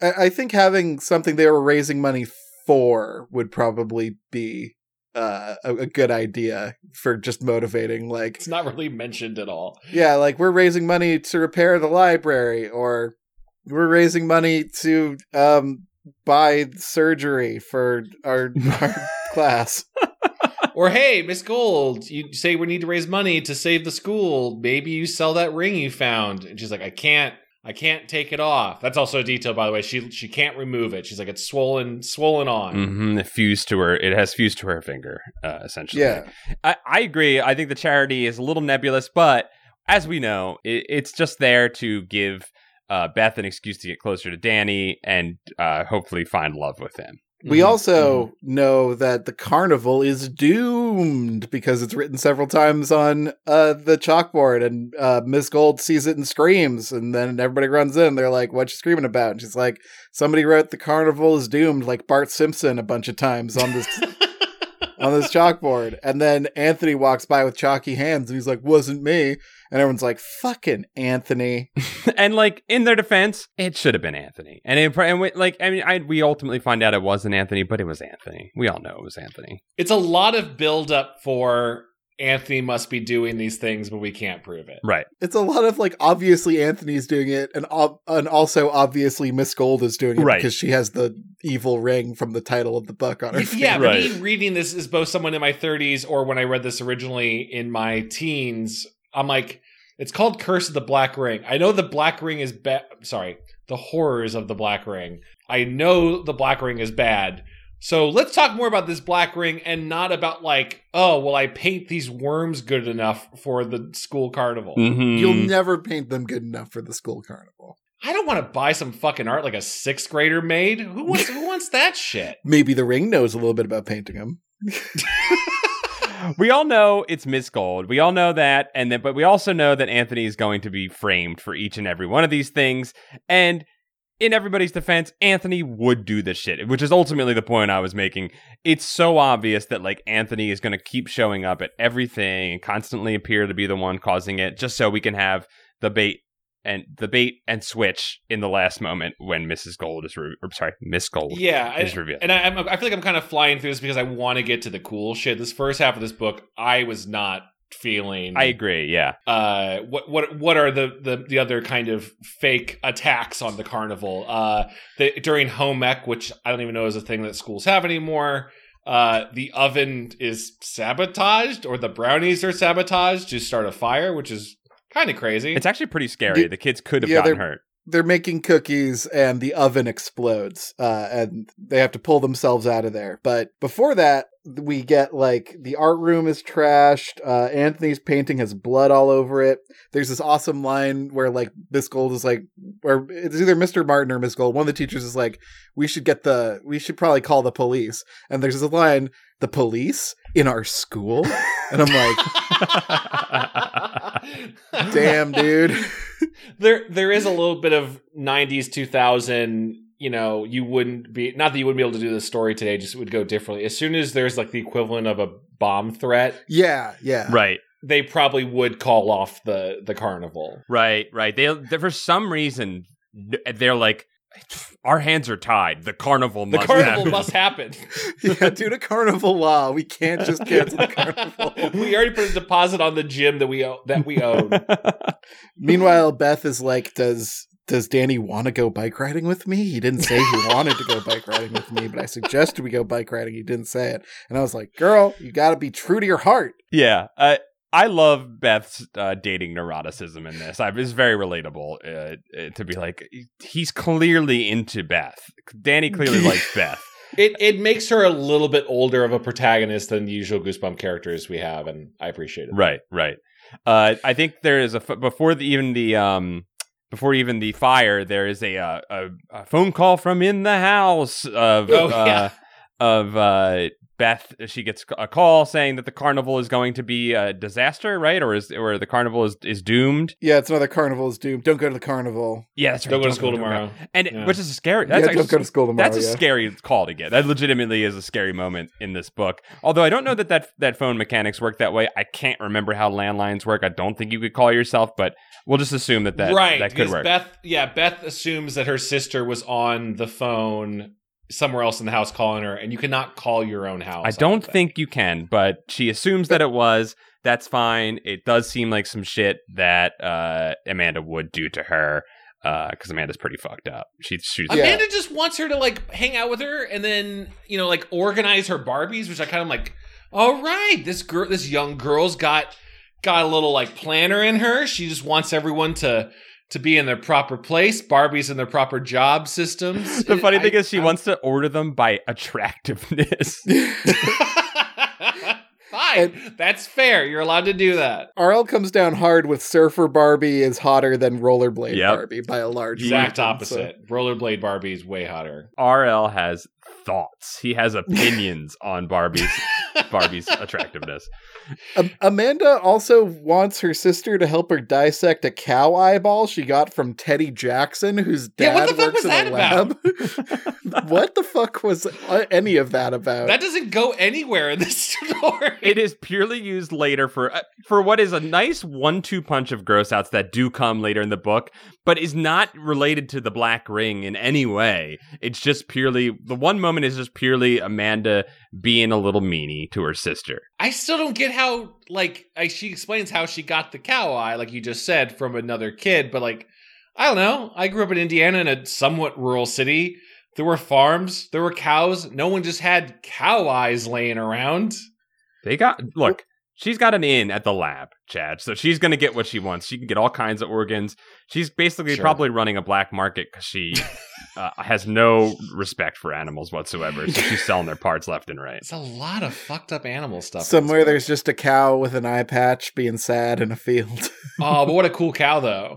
Speaker 1: I I think having something they were raising money for would probably be uh, a, a good idea for just motivating. Like,
Speaker 3: it's not really mentioned at all.
Speaker 1: yeah, like we're raising money to repair the library, or we're raising money to um, buy surgery for our, our class.
Speaker 3: Or hey, Miss Gold, you say we need to raise money to save the school. Maybe you sell that ring you found. And she's like, I can't, I can't take it off. That's also a detail, by the way. She she can't remove it. She's like, it's swollen, swollen on.
Speaker 2: hmm It fused to her. It has fused to her finger, uh, essentially.
Speaker 1: Yeah.
Speaker 2: I, I agree. I think the charity is a little nebulous, but as we know, it, it's just there to give uh, Beth an excuse to get closer to Danny and uh, hopefully find love with him.
Speaker 1: We
Speaker 3: Mhm.
Speaker 1: also know that the carnival is doomed because it's written several times on uh, the chalkboard, and uh, Miss Gold sees it and screams, and then everybody runs in. They're like, "What you screaming about?" And she's like, "Somebody wrote the carnival is doomed like Bart Simpson a bunch of times on this on this chalkboard." And then Anthony walks by with chalky hands, and he's like, "Wasn't me." And everyone's like, "Fucking Anthony!"
Speaker 2: and like in their defense, it should have been Anthony. And, it, and we, like I mean, I, we ultimately find out it wasn't Anthony, but it was Anthony. We all know it was Anthony.
Speaker 3: it's a lot of build up for Anthony must be doing these things, but we can't prove it.
Speaker 2: Right.
Speaker 1: It's a lot of like obviously Anthony's doing it, and ob- and also obviously Miss Gold is doing it
Speaker 2: Right.
Speaker 1: because she has the evil ring from the title of the book on her. finger.
Speaker 3: Yeah,
Speaker 2: Right.
Speaker 3: but me reading this is both someone in my 30s or when I read this originally in my teens. I'm like, it's called Curse of the Black Ring. I know the Black Ring is bad. Sorry, the horrors of the Black Ring. I know the Black Ring is bad. So let's talk more about this Black Ring and not about like, oh, well, I paint these worms good enough for the school carnival.
Speaker 2: Mm. Mm-hmm.
Speaker 1: You'll never paint them good enough for the school carnival.
Speaker 3: I don't want to buy some fucking art like a sixth grader made. Who wants who wants that shit?
Speaker 1: Maybe the ring knows a little bit about painting them.
Speaker 2: we all know it's Miss Gold. We all know that, and then but we also know that Anthony is going to be framed for each and every one of these things. And in everybody's defense, Anthony would do this shit, which is ultimately the point I was making. It's so obvious that like Anthony is going to keep showing up at everything and constantly appear to be the one causing it, just so we can have the bait and the bait and switch in the last moment when Mrs. Gold is re- or, sorry Miss Gold
Speaker 3: Yeah,
Speaker 2: is
Speaker 3: I,
Speaker 2: revealed.
Speaker 3: and I, I'm- I feel like I'm kind of flying through this because I want to get to the cool shit. This first half of this book, I was not feeling.
Speaker 2: I agree. Yeah,
Speaker 3: uh, what what what are the, the the other kind of fake attacks on the carnival? Uh, the, during home ec, which I don't even know is a thing that schools have anymore. Uh, the oven is sabotaged, or the brownies are sabotaged to start a fire, which is kind of crazy.
Speaker 2: it's actually pretty scary.
Speaker 1: Do-
Speaker 2: The kids could have
Speaker 1: Yeah,
Speaker 2: gotten
Speaker 1: they're-
Speaker 2: hurt.
Speaker 1: They're making cookies and the oven explodes, uh, and they have to pull themselves out of there. But before that, we get like the art room is trashed. Uh, Anthony's painting has blood all over it. There's this awesome line where like Miss Gold is like, or it's either Mr. Martin or Miss Gold. One of the teachers is like, "We should get the, we should probably call the police." And there's this line, "The police in our school," and I'm like, "Damn, dude."
Speaker 3: there there is a little bit of 90s 2000 you know you wouldn't be not that you wouldn't be able to do this story today just it would go differently as soon as there's like the equivalent of a bomb threat
Speaker 1: yeah, yeah.
Speaker 2: Right.
Speaker 3: they probably would call off the the carnival
Speaker 2: Right, right. They they- for some reason they're like, our hands are tied. The carnival
Speaker 3: the
Speaker 2: must
Speaker 3: carnival
Speaker 2: happen."
Speaker 3: must happen
Speaker 1: yeah, due to carnival law, we can't just cancel the carnival.
Speaker 3: we already put a deposit on the gym that we owe that we own
Speaker 1: Meanwhile, Beth is like, "Does does Danny want to go bike riding with me? He didn't say he wanted to go bike riding with me, but I suggested we go bike riding. He didn't say it." And I was like, "Girl, you got to be true to your heart."
Speaker 2: yeah, I I love Beth's uh, dating neuroticism in this. I, it's very relatable uh, uh, to be like, he's clearly into Beth. Danny clearly likes Beth.
Speaker 3: it it makes her a little bit older of a protagonist than the usual goosebump characters we have and i appreciate it
Speaker 2: Right, right. Uh, I think there is a f- before the, even the um before even the fire. There is a uh, a, a phone call from in the house of
Speaker 3: Oh,
Speaker 2: uh,
Speaker 3: yeah.
Speaker 2: of uh, Beth. She gets a call saying that the carnival is going to be a disaster, right? Or is or the carnival is is doomed?
Speaker 1: Yeah, it's another carnival is doomed. Don't go to the carnival.
Speaker 2: Yeah, that's right.
Speaker 3: don't go to
Speaker 2: Don't
Speaker 3: school tomorrow
Speaker 2: And
Speaker 3: Yeah.
Speaker 2: which is scary. That's
Speaker 1: yeah, don't
Speaker 2: actually-
Speaker 1: go to school tomorrow.
Speaker 2: that's a
Speaker 1: yeah.
Speaker 2: scary call to get. That legitimately is a scary moment in this book. Although I don't know that that, that phone mechanics work that way. I can't remember how landlines work. I don't think you could call yourself, but we'll just assume that that,
Speaker 3: right,
Speaker 2: that could
Speaker 3: because
Speaker 2: work.
Speaker 3: Beth, yeah, Beth assumes that her sister was on the phone somewhere else in the house calling her, and you cannot call your own house.
Speaker 2: I don't
Speaker 3: think.
Speaker 2: think you can, but she assumes that it was. That's fine. It does seem like some shit that uh, Amanda would do to her because Amanda's pretty fucked up. She shoots.
Speaker 1: Yeah.
Speaker 3: Amanda just wants her to like hang out with her and then, you know, like organize her Barbies, which I kind of like, all right, this girl this young girl's got got a little like planner in her. She just wants everyone to to be in their proper place, Barbies in their proper job systems.
Speaker 2: The funny thing is, she
Speaker 3: I-
Speaker 2: wants to order them by attractiveness.
Speaker 3: Fine. That's fair. You're allowed to do that.
Speaker 1: RL comes down hard with Surfer Barbie is hotter than Rollerblade
Speaker 2: Yep.
Speaker 1: Barbie by a large
Speaker 3: Exact
Speaker 1: margin, so-
Speaker 3: opposite. Rollerblade Barbie is way hotter.
Speaker 2: RL has thoughts. He has opinions on Barbie's Barbie's attractiveness.
Speaker 1: Am- Amanda also wants her sister to help her dissect a cow eyeball she got from Teddy Jackson, whose dad
Speaker 3: Yeah, what the fuck
Speaker 1: works
Speaker 3: was
Speaker 1: in a lab. what the fuck was uh, any of that about?
Speaker 3: That doesn't go anywhere in this story.
Speaker 2: It is purely used later for uh, for what is a nice one-two punch of gross outs that do come later in the book, but is not related to the black ring in any way. It's just purely the one moment is just purely Amanda being a little meanie to her sister.
Speaker 3: I still don't get how like I, she explains how she got the cow eye, like you just said, from another kid. But like, I don't know. I grew up in Indiana in a somewhat rural city. There were farms. There were cows. No one just had cow eyes laying around.
Speaker 2: They got look. She's got an in at the lab, Chad. So she's gonna get what she wants. She can get all kinds of organs. She's basically
Speaker 3: Sure.
Speaker 2: probably running a black market because she uh, has no respect for animals whatsoever. So she's selling their parts left and right.
Speaker 3: It's a lot of fucked up animal stuff. in this
Speaker 1: Somewhere
Speaker 3: book.
Speaker 1: there's just a cow with an eye patch being sad in a field.
Speaker 3: Oh, but what a cool cow though.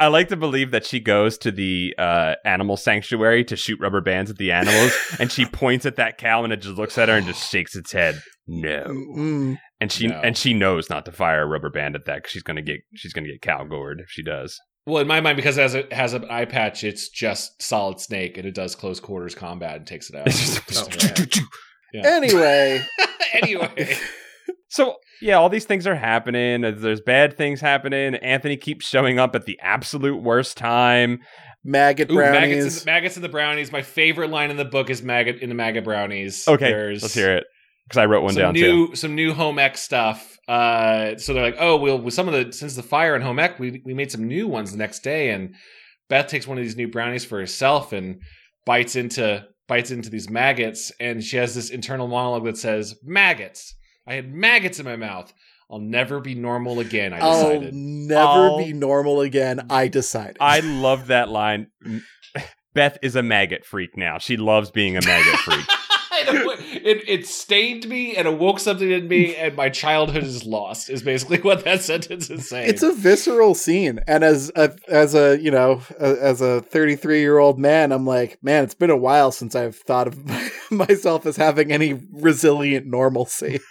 Speaker 2: I like to believe that she goes to the uh, animal sanctuary to shoot rubber bands at the animals, and she points at that cow, and it just looks at her and just shakes its head. No,
Speaker 1: Mm-mm.
Speaker 2: and she
Speaker 3: No.
Speaker 2: and she knows not to fire a rubber band at that because she's gonna get she's gonna get cow gored if she does.
Speaker 3: Well, in my mind, because it has, a, has an eye patch, it's just solid snake, and it does close quarters Oh, combat and takes it out.
Speaker 2: It's just-
Speaker 3: Yeah.
Speaker 1: Anyway,
Speaker 3: anyway,
Speaker 2: So yeah, all these things are happening. There's bad things happening. Anthony keeps showing up at the absolute worst time.
Speaker 1: Maggot
Speaker 3: Ooh, maggots, in
Speaker 1: brownies.
Speaker 3: the, maggots in the brownies. My favorite line in the book is maggot in the maggot brownies.
Speaker 2: Okay,
Speaker 3: There's
Speaker 2: let's hear it because I wrote one
Speaker 3: some
Speaker 2: down too.
Speaker 3: new some new home ec stuff. Uh, so they're like, oh, well, with some of the since the fire in home ec, we we made some new ones the next day, and Beth takes one of these new brownies for herself and bites into bites into these maggots, and she has this internal monologue that says, "Maggots! I had maggots in my mouth. I'll never be normal again." I
Speaker 1: I'll
Speaker 3: decided.
Speaker 1: never
Speaker 2: I'll-
Speaker 1: be normal again. I decided.
Speaker 2: I love that line. Beth is a maggot freak now. She loves being a maggot freak.
Speaker 3: it, awo- it, it stained me and awoke something in me, and my childhood is lost. Is basically what that sentence is saying.
Speaker 1: it's a visceral scene, and as a, as a you know a, as a 33 year old man, I'm like, man, it's been a while since I've thought of myself as having any resilient normalcy.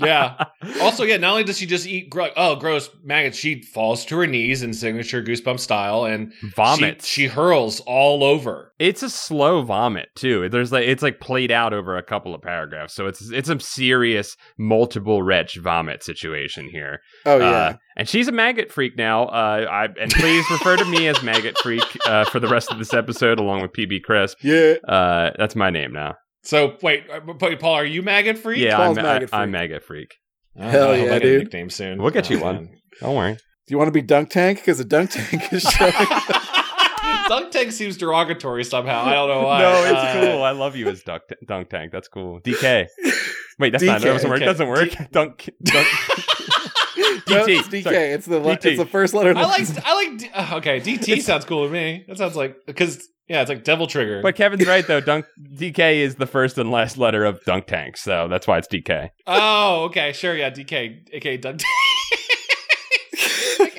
Speaker 3: yeah. Also, yeah, not only does she just eat, gro- oh, gross maggots, she falls to her knees in signature goosebump style and
Speaker 2: Vomit.
Speaker 3: She, she hurls all over.
Speaker 2: it's a slow vomit too. There's like it's like played out over a couple of paragraphs. So it's it's a serious multiple wretch vomit situation here.
Speaker 1: Oh yeah,
Speaker 2: Uh, and she's a maggot freak now. Uh, I and please refer to me as maggot freak uh, for the rest of this episode, along with PB Crisp.
Speaker 1: yeah.
Speaker 2: Uh, that's my name now.
Speaker 3: So, wait, uh, but Paul, are you maggot free?
Speaker 2: yeah,
Speaker 1: Paul's
Speaker 2: I'm,
Speaker 1: maggot
Speaker 2: I, am
Speaker 1: freak.
Speaker 2: maggot freak.
Speaker 1: Hell yeah, dude.
Speaker 3: nickname soon.
Speaker 2: We'll get you
Speaker 3: Oh,
Speaker 2: one.
Speaker 3: man.
Speaker 2: Don't worry.
Speaker 1: Do you want to be dunk tank? Because a dunk tank is showing.
Speaker 3: Dunk tank seems derogatory somehow. I don't know why.
Speaker 2: No, it's
Speaker 3: Uh,
Speaker 2: cool. I love you as dunk, dunk tank. That's cool. DK. Wait, that's not that
Speaker 1: DK.
Speaker 2: doesn't work. Doesn't work. dunk. dunk.
Speaker 1: No,
Speaker 2: DT.
Speaker 1: it's DK.
Speaker 2: Sorry.
Speaker 1: It's the le-
Speaker 2: DT.
Speaker 1: it's the first letter. of
Speaker 3: I
Speaker 1: the-
Speaker 3: like, I like, D- oh, okay, DT sounds cool to me. That sounds like, because, yeah, it's like Devil Trigger.
Speaker 2: But Kevin's right though. Dunk DK is the first and last letter of dunk tank, so that's why it's DK.
Speaker 3: oh, okay, sure, yeah, DK, aka Dunk tank.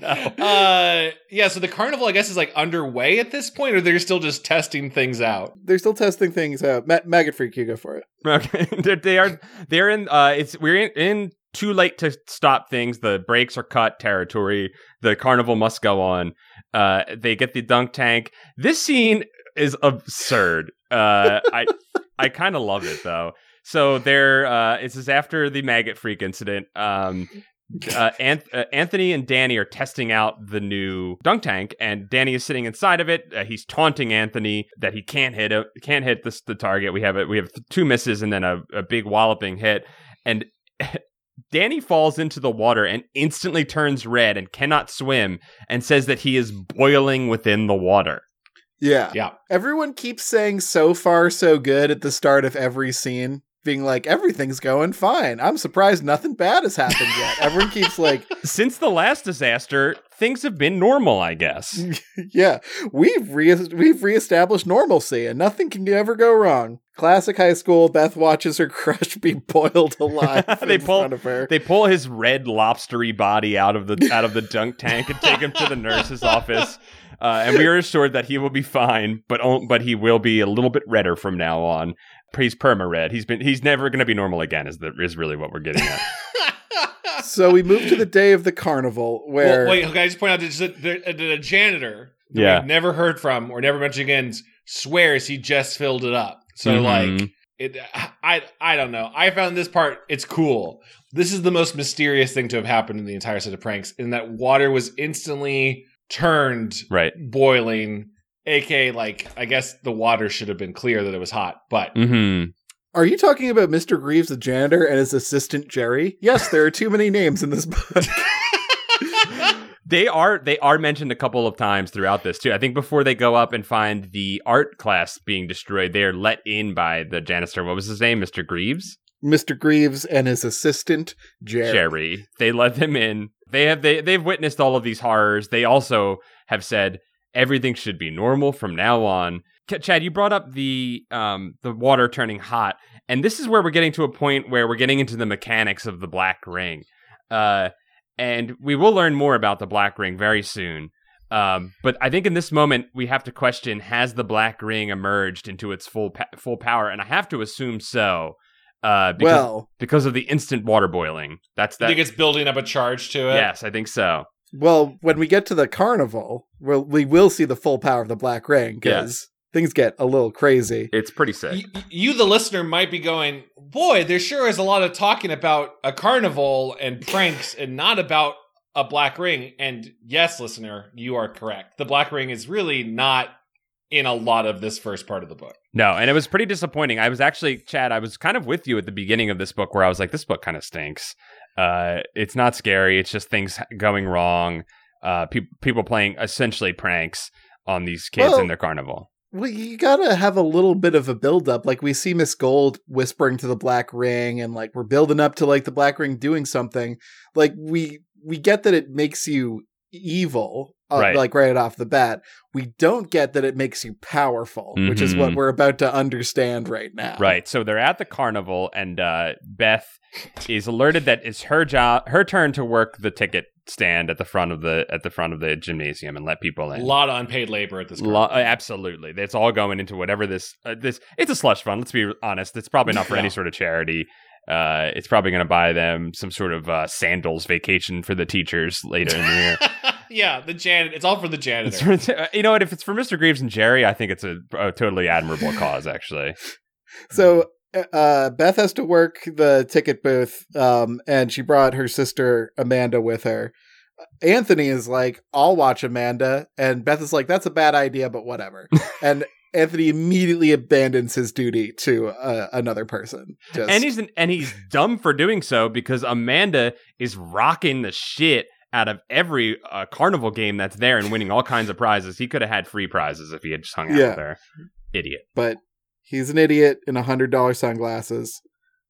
Speaker 2: No.
Speaker 3: uh yeah so the carnival i guess is like underway at this point or they're still just testing things out
Speaker 1: They're still testing things out. Ma- Maggot freak, you go for it.
Speaker 2: Okay, they're, they are they're in. Uh, it's we're in, in too late to stop things. The brakes are cut territory. The carnival must go on. Uh, they get the dunk tank. This scene is absurd. Uh, I I kind of love it though. So they're uh, this is after the maggot freak incident. Um, uh, Anth- uh, Anthony and Danny are testing out the new dunk tank, and Danny is sitting inside of it. Uh, he's taunting Anthony that he can't hit it, can't hit this, the target. We have it. We have two misses and then a, a big walloping hit, and Danny falls into the water and instantly turns red and cannot swim, and says that he is boiling within the water.
Speaker 1: Yeah.
Speaker 3: Yeah.
Speaker 1: Everyone keeps saying so far so good at the start of every scene, being like, everything's going fine. I'm surprised nothing bad has happened yet. Everyone keeps like,
Speaker 2: Since the last disaster, things have been normal, I guess.
Speaker 1: yeah, we've re- we've reestablished normalcy and nothing can ever go wrong. Classic high school, Beth watches her crush be boiled alive
Speaker 2: They
Speaker 1: in
Speaker 2: pull-
Speaker 1: front of her.
Speaker 2: They pull his red lobstery body out of the out of the dunk tank and take him to the nurse's office. Uh, and we are assured that he will be fine, but on, but he will be a little bit redder from now on. He's perma red. He's been he's never going to be normal again. Is the, is really what we're getting at?
Speaker 1: so we move to the day of the carnival where
Speaker 3: Well, wait okay, i just point out there's a, there, uh, the janitor that
Speaker 2: Yeah.
Speaker 3: we've never heard from or never mentioned again swears he just filled it up so
Speaker 2: Mhm.
Speaker 3: like it, I I don't know. I found this part it's cool. This is the most mysterious thing to have happened in the entire set of pranks, in that water was instantly turned
Speaker 2: right.
Speaker 3: boiling, aka like I guess the water should have been clear that it was hot, but
Speaker 2: Mm-hmm.
Speaker 1: Are you talking about Mr. Greaves, the janitor, and his assistant Jerry? Yes, there are too many names in this book.
Speaker 2: They are they are mentioned a couple of times throughout this too. I think before they go up and find the art class being destroyed, they are let in by the janitor. What was his name, Mister Greaves?
Speaker 1: Mr. Greaves and his assistant Jerry.
Speaker 2: Jerry. They let them in. They have they they've witnessed all of these horrors. They also have said everything should be normal from now on. Ch- Chad, you brought up the um the water turning hot, and this is where we're getting to a point where we're getting into the mechanics of the black ring. Uh, and we will learn more about the black ring very soon. Um, but I think in this moment we have to question: Has the black ring emerged into its full pa- full power? And I have to assume so, uh, because
Speaker 1: Well,
Speaker 2: because of the instant water boiling. That's
Speaker 3: I
Speaker 2: that.
Speaker 3: think it's building up a charge to it.
Speaker 2: yes, I think so.
Speaker 1: well, when we get to the carnival, we'll, we will see the full power of the Black Ring because things get a little crazy.
Speaker 2: It's pretty sick.
Speaker 3: Y- you, the listener, might be going, boy, there sure is a lot of talking about a carnival and pranks and not about a black ring. And yes, listener, you are correct. The black ring is really not in a lot of this first part of the book.
Speaker 2: No, and it was pretty disappointing. I was actually, Chad, I was kind of with you at the beginning of this book where I was like, this book kind of stinks. Uh, it's not scary. It's just things going wrong. Uh, pe- people playing essentially pranks on these kids
Speaker 1: Well-
Speaker 2: in their carnival.
Speaker 1: Well, you gotta have a little bit of a build up. Like we see Miss Gold whispering to the Black Ring, and like we're building up to like the Black Ring doing something. Like we we get that it makes you evil, uh,
Speaker 2: Right.
Speaker 1: like right off the bat. We don't get that it makes you powerful, which is what
Speaker 2: Mhm.
Speaker 1: we're about to understand right now.
Speaker 2: Right. So they're at the carnival, and uh, Beth is alerted that it's her job, her turn to work the ticket stand at the front of the at the front of the gymnasium and let people
Speaker 3: A
Speaker 2: in.
Speaker 3: lot of unpaid labor at this point.
Speaker 2: Lo- uh, absolutely, it's all going into whatever this uh, this. It's a slush fund. Let's be honest. It's probably not for any
Speaker 3: Yeah.
Speaker 2: sort of charity. Uh, it's probably going to buy them some sort of uh, sandals vacation for the teachers later in the year.
Speaker 3: yeah, the janitor. It's all for the
Speaker 2: It's
Speaker 3: janitor.
Speaker 2: for- uh, you know what? If it's for Mr. Greaves and Jerry, I think it's a, a totally admirable cause. Actually,
Speaker 1: So uh, Beth has to work the ticket booth, um, and she brought her sister Amanda with her. Anthony is like, "I'll watch Amanda," and Beth is like, "That's a bad idea, but whatever." and Anthony immediately abandons his duty to uh, another person. Just,
Speaker 2: and he's and he's dumb for doing so because Amanda is rocking the shit out of every uh, carnival game that's there and winning all kinds of prizes. He could have had free prizes if he had just hung out
Speaker 1: Yeah.
Speaker 2: with her. Idiot.
Speaker 1: but he's an idiot in a hundred dollar sunglasses.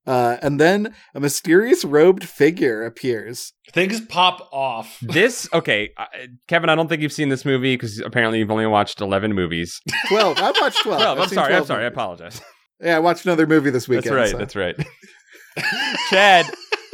Speaker 1: Uh, and then a mysterious robed figure appears.
Speaker 3: Things pop off.
Speaker 2: This okay, uh, Kevin. I don't think you've seen this movie because apparently you've only watched eleven movies.
Speaker 1: Twelve. I've watched twelve.
Speaker 2: Well,
Speaker 1: I've
Speaker 2: I'm
Speaker 1: seen
Speaker 2: sorry.
Speaker 1: 12
Speaker 2: I'm sorry. I
Speaker 1: movies.
Speaker 2: apologize.
Speaker 1: Yeah, I watched another movie this weekend.
Speaker 2: That's right.
Speaker 1: so-
Speaker 2: That's right. Chad,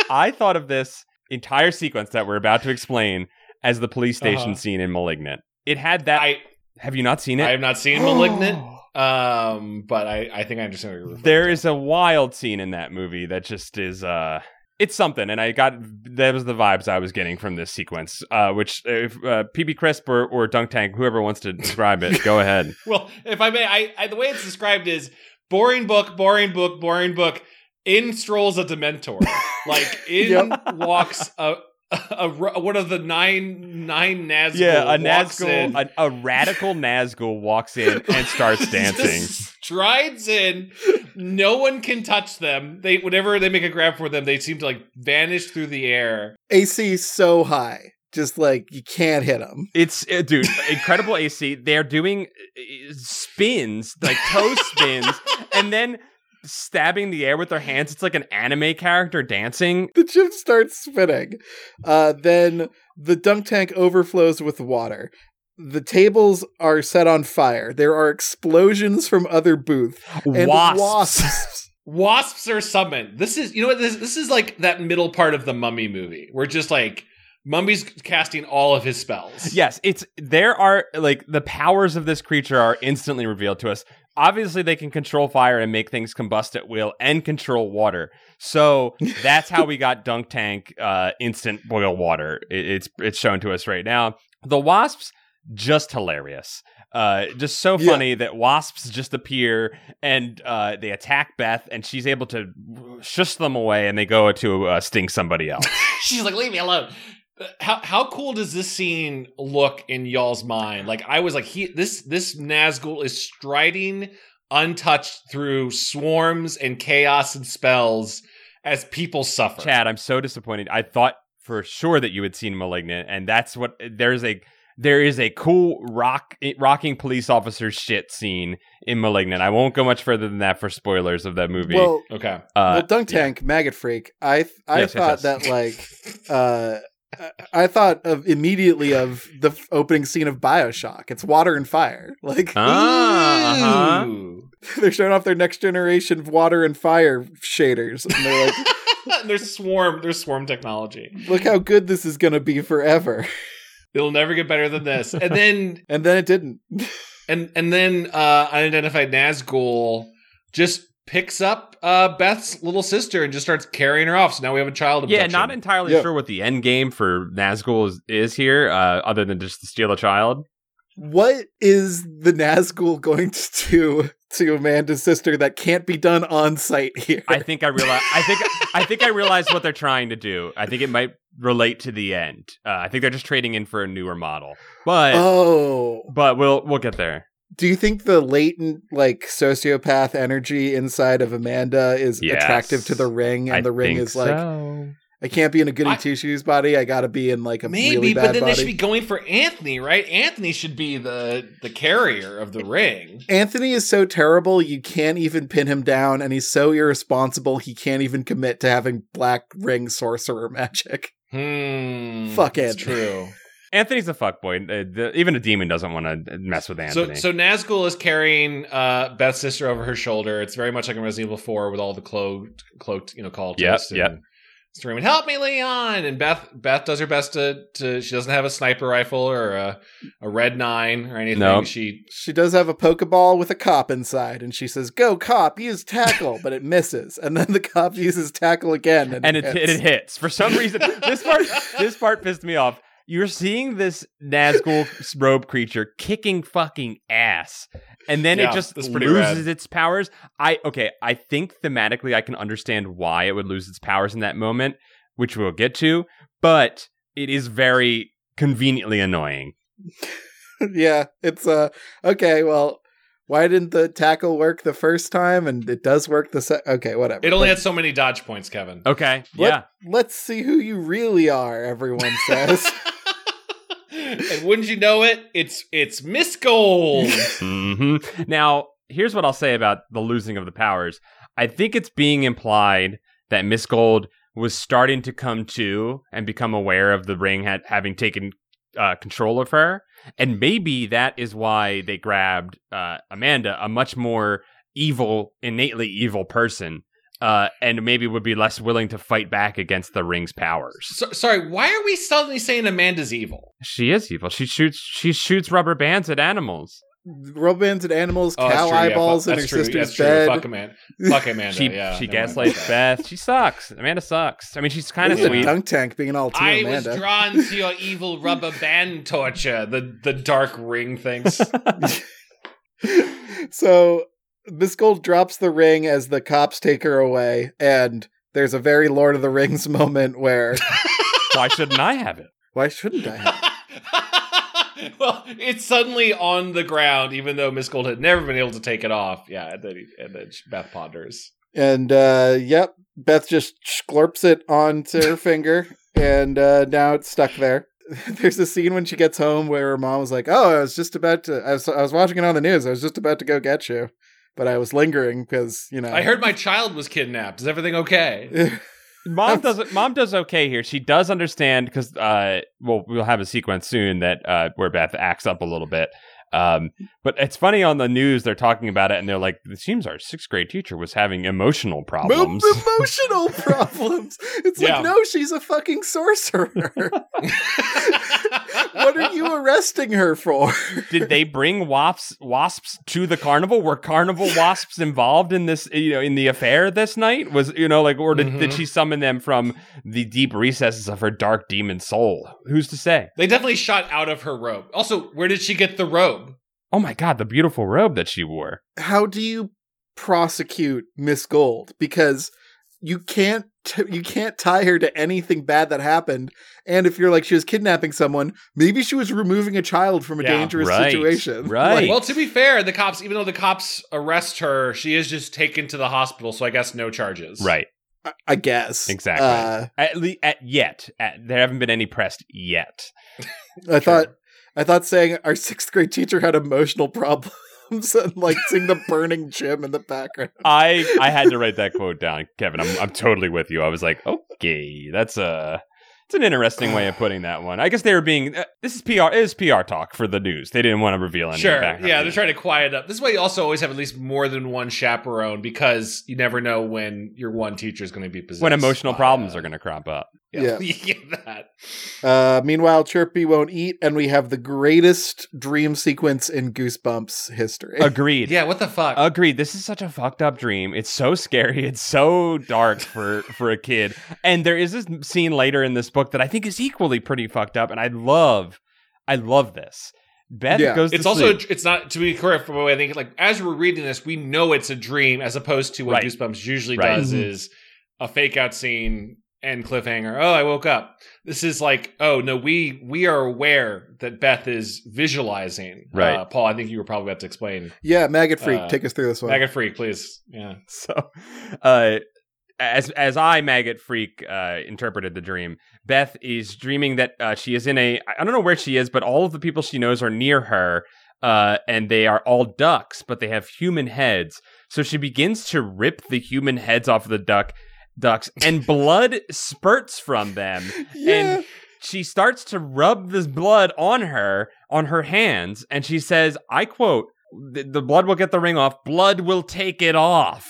Speaker 2: I thought of this entire sequence that we're about to explain as the police station
Speaker 3: Uh-huh.
Speaker 2: scene in *Malignant*. It had that.
Speaker 3: I
Speaker 2: have you not seen it?
Speaker 3: I have not seen *Malignant*, um, but I, I think I understand what you're referring.
Speaker 2: there is a wild scene in that movie that just is uh it's something and i got that was the vibes i was getting from this sequence uh which if uh, pb crisp or, or dunk tank whoever wants to describe it go ahead
Speaker 3: Well, if I may, I, I the way it's described is boring book, boring book, boring book. In strolls a Dementor, like in walks a, a, a- one of the nine nine Nazgul.
Speaker 2: yeah a
Speaker 3: walks
Speaker 2: nazgul
Speaker 3: in.
Speaker 2: a, a radical nazgul walks in and starts dancing
Speaker 3: Just strides in. No one can touch them. They whenever they make a grab for them, they seem to like vanish through the air.
Speaker 1: AC so high, just like you can't hit him.
Speaker 2: It's uh, dude, incredible AC. They're doing uh, spins, like toe spins, and then stabbing the air with their hands. It's like an anime character dancing.
Speaker 1: The gym starts spinning. Uh, then the dunk tank overflows with water. The tables are set on fire. There are explosions from other booths and wasps.
Speaker 3: Wasps are summoned. This is you know what this this is like that middle part of the mummy movie. We're just like Mummy's casting all of his spells.
Speaker 2: Yes, it's there are like the powers of this creature are instantly revealed to us. Obviously, they can control fire and make things combust at will, and control water. So that's how we got Dunk Tank uh, instant boil water. It- it's it's shown to us right now. The wasps just hilarious. Uh, just so
Speaker 1: Yeah.
Speaker 2: funny that wasps just appear and uh, they attack Beth, and she's able to shush them away, and they go to uh, sting somebody else.
Speaker 3: She's like, leave me alone. Uh, How how cool does this scene look in y'all's mind? Like I was like, he this this Nazgul is striding untouched through swarms and chaos and spells as people suffer.
Speaker 2: Chad, I'm so disappointed. I thought for sure that you had seen Malignant, and that's what there's a there is a cool rock rocking police officer shit scene in Malignant. I won't go much further than that for spoilers of that movie.
Speaker 1: Well,
Speaker 3: Okay.
Speaker 1: well,
Speaker 2: uh,
Speaker 1: dunk
Speaker 2: yeah.
Speaker 1: tank, maggot freak. I th- I
Speaker 2: Yes, yes,
Speaker 1: thought
Speaker 2: yes.
Speaker 1: that like uh, I- I thought of immediately of the f- opening scene of Bioshock. It's water and fire. Like
Speaker 2: Ah, uh-huh.
Speaker 3: Ooh.
Speaker 1: they're showing off their next generation of water and fire shaders, and they're like.
Speaker 3: there's swarm there's swarm technology.
Speaker 1: look how good this is going to be forever.
Speaker 3: It'll never get better than this. And then
Speaker 1: And then it didn't.
Speaker 3: and and then uh unidentified Nazgul just picks up uh Beth's little sister and just starts carrying her off. So now we have a child
Speaker 2: Yeah,
Speaker 3: abduction.
Speaker 2: not entirely
Speaker 1: Yep.
Speaker 2: sure what the end game for Nazgul is, is here, uh, other than just to steal a child.
Speaker 1: What is the Nazgul going to do to Amanda's sister that can't be done on site here.
Speaker 2: I think I realize. I think I think I realize what they're trying to do. I think it might relate to the end. Uh, I think they're just trading in for a newer model, but
Speaker 1: oh.
Speaker 2: but we'll we'll get there.
Speaker 1: Do you think the latent like sociopath energy inside of Amanda is
Speaker 2: Yes.
Speaker 1: attractive to the ring and
Speaker 2: I
Speaker 1: the ring
Speaker 2: think
Speaker 1: is like
Speaker 2: so.
Speaker 1: I can't be in a goody
Speaker 3: I-
Speaker 1: two shoes body. I got to be in like a
Speaker 3: Maybe,
Speaker 1: really bad
Speaker 3: but then
Speaker 1: body.
Speaker 3: they should be going for Anthony, right? Anthony should be the the carrier of the ring.
Speaker 1: Anthony is so terrible, you can't even pin him down, and he's so irresponsible, he can't even commit to having black ring sorcerer magic.
Speaker 3: Hmm.
Speaker 1: Fuck
Speaker 3: it's
Speaker 1: Anthony.
Speaker 3: true.
Speaker 2: Anthony's a fuckboy. Uh, the, even a demon doesn't want to mess with
Speaker 3: So
Speaker 2: Anthony.
Speaker 3: so Nazgul is carrying uh, Beth's sister over her shoulder. It's very much like in Resident Evil Four with all the cloaked cloaked you know call
Speaker 2: Yep,
Speaker 3: and
Speaker 2: yep.
Speaker 3: screaming "Help me, Leon!" And Beth Beth does her best to to she doesn't have a sniper rifle or a, a red nine or anything.
Speaker 2: Nope.
Speaker 3: She
Speaker 1: She does have a Pokeball with a cop inside, and she says, Go, cop, use tackle, but it misses. And then the cop uses tackle again. And,
Speaker 2: and it,
Speaker 1: hits.
Speaker 2: it hits for some reason. this part this part pissed me off. You're seeing this Nazgul robe creature kicking fucking ass, and then
Speaker 3: Yeah,
Speaker 2: it just
Speaker 3: that's
Speaker 2: loses
Speaker 3: pretty rad.
Speaker 2: its powers. I okay. I think thematically I can understand why it would lose its powers in that moment, which we'll get to. But it is very conveniently annoying.
Speaker 1: yeah, it's uh, okay, well, why didn't the tackle work the first time? And it does work the second. Okay, whatever.
Speaker 3: it only
Speaker 1: But
Speaker 3: had so many dodge points, Kevin.
Speaker 2: Okay,
Speaker 1: What?
Speaker 2: yeah.
Speaker 1: Let's see who you really are, everyone says.
Speaker 3: and wouldn't you know it? It's it's Miss Gold.
Speaker 2: hmm Now, here's what I'll say about the losing of the powers. I think it's being implied that Miss Gold was starting to come to and become aware of the ring had, having taken uh, control of her, and maybe that is why they grabbed uh, Amanda, a much more evil, innately evil person, uh, and maybe would be less willing to fight back against the ring's powers.
Speaker 3: so, sorry, why are we suddenly saying Amanda's evil?
Speaker 2: She is evil. She shoots. She shoots rubber bands at animals.
Speaker 1: Rubber bands and animals,
Speaker 3: Oh, that's
Speaker 1: cow
Speaker 3: true, yeah,
Speaker 1: eyeballs
Speaker 3: fuck-
Speaker 1: in her
Speaker 3: that's true, yeah,
Speaker 1: sister's
Speaker 3: that's true.
Speaker 1: bed.
Speaker 3: Fuck Amanda. Fuck Amanda.
Speaker 2: she
Speaker 3: yeah,
Speaker 2: she
Speaker 3: never mind.
Speaker 2: gaslights Beth. She sucks. Amanda sucks. I mean, she's kind of
Speaker 1: This is a
Speaker 2: sweet.
Speaker 1: dunk tank being all team
Speaker 3: I
Speaker 1: Amanda.
Speaker 3: was drawn to your evil rubber band torture. The the dark ring thinks.
Speaker 1: so Miss Gold drops the ring as the cops take her away, and there's a very Lord of the Rings moment where
Speaker 2: Why shouldn't I have it?
Speaker 1: why shouldn't I? Have?
Speaker 3: well, it's suddenly on the ground, even though Miss Gold had never been able to take it off. Yeah, and then, and then Beth ponders.
Speaker 1: And uh, yep, Beth just slurps it onto her finger, and uh, now it's stuck there. There's a scene when she gets home where her mom was like, "Oh, I was just about to. I was, I was watching it on the news. I was just about to go get you, but I was lingering because you know."
Speaker 3: I heard my child was kidnapped. Is everything okay?
Speaker 2: Mom does Mom does okay here. She does understand because uh, well, we'll have a sequence soon that uh, where Beth acts up a little bit. Um, but it's funny on the news they're talking about it and they're like, it seems our sixth grade teacher was having emotional
Speaker 1: Mo-
Speaker 2: problems.
Speaker 1: emotional problems. It's
Speaker 3: Yeah.
Speaker 1: like, no, she's a fucking sorcerer. what are you arresting her for?
Speaker 2: Did they bring wasps wasps to the carnival? Were carnival wasps involved in this, you know, in the affair this night? Was you know, like, or did, did
Speaker 3: Mhm.
Speaker 2: she summon them from the deep recesses of her dark demon soul? Who's to say?
Speaker 3: They definitely shot out of her robe. Also, where did she get the robe?
Speaker 2: Oh my god, the beautiful robe that she wore.
Speaker 1: How do you prosecute Miss Gold? Because you can't t- you can't tie her to anything bad that happened. And if you're like she was kidnapping someone, maybe she was removing a child from a
Speaker 3: Yeah,
Speaker 1: dangerous
Speaker 2: right,
Speaker 1: situation.
Speaker 2: right.
Speaker 1: Like,
Speaker 3: Well, to be fair, the cops, even though the cops arrest her, she is just taken to the hospital, so I guess no charges.
Speaker 2: Right.
Speaker 1: I- I guess
Speaker 2: Exactly.
Speaker 1: Uh,
Speaker 2: At least at yet. At, there haven't been any pressed yet.
Speaker 1: I thought I thought saying our sixth grade teacher had emotional problems and like seeing the burning gym in the background.
Speaker 2: I I had to write that quote down, Kevin. I'm I'm totally with you. I was like, okay, that's a it's an interesting way of putting that one. I guess they were being uh, this is PR it is PR talk for the news. They didn't want to reveal any
Speaker 3: Sure.
Speaker 2: background.
Speaker 3: Yeah, they're trying to quiet up. This is why you also always have at least more than one chaperone because you never know when your one teacher is going to be possessed.
Speaker 2: when emotional
Speaker 3: by,
Speaker 2: problems
Speaker 3: uh,
Speaker 2: are going to crop up.
Speaker 3: Yeah, yeah, that.
Speaker 1: Uh, meanwhile, Chirpy won't eat, and we have the greatest dream sequence in Goosebumps history.
Speaker 2: Agreed.
Speaker 3: Yeah, what the fuck?
Speaker 2: Agreed. This is such a fucked up dream. It's so scary. It's so dark for for a kid. And there is this scene later in this book that I think is equally pretty fucked up. And I love, I love this. Beth
Speaker 1: Yeah.
Speaker 2: goes to
Speaker 3: It's also
Speaker 2: sleep.
Speaker 3: it's not to be correct from what I think. Like as we're reading this, we know it's a dream, as opposed to what
Speaker 2: Right.
Speaker 3: Goosebumps usually
Speaker 2: Right. Mm-hmm.
Speaker 3: does
Speaker 1: Mhm.
Speaker 3: is a fake out scene and cliffhanger. Oh, I woke up. This is like oh no, we we are aware that Beth is visualizing.
Speaker 2: Right.
Speaker 3: uh, Paul. I think you were probably about to explain.
Speaker 1: Yeah, Maggot Freak,
Speaker 3: Uh,
Speaker 1: take us through this one.
Speaker 3: Maggot freak, please. Yeah.
Speaker 2: so uh as as I maggot freak uh interpreted the dream, Beth is dreaming that uh, she is in a I don't know where she is, but all of the people she knows are near her uh and they are all ducks, but they have human heads. So she begins to rip the human heads off of the duck ducks and blood spurts from them
Speaker 1: yeah.
Speaker 2: and she starts to rub this blood on her on her hands and she says i quote the, the blood will get the ring off blood will take it off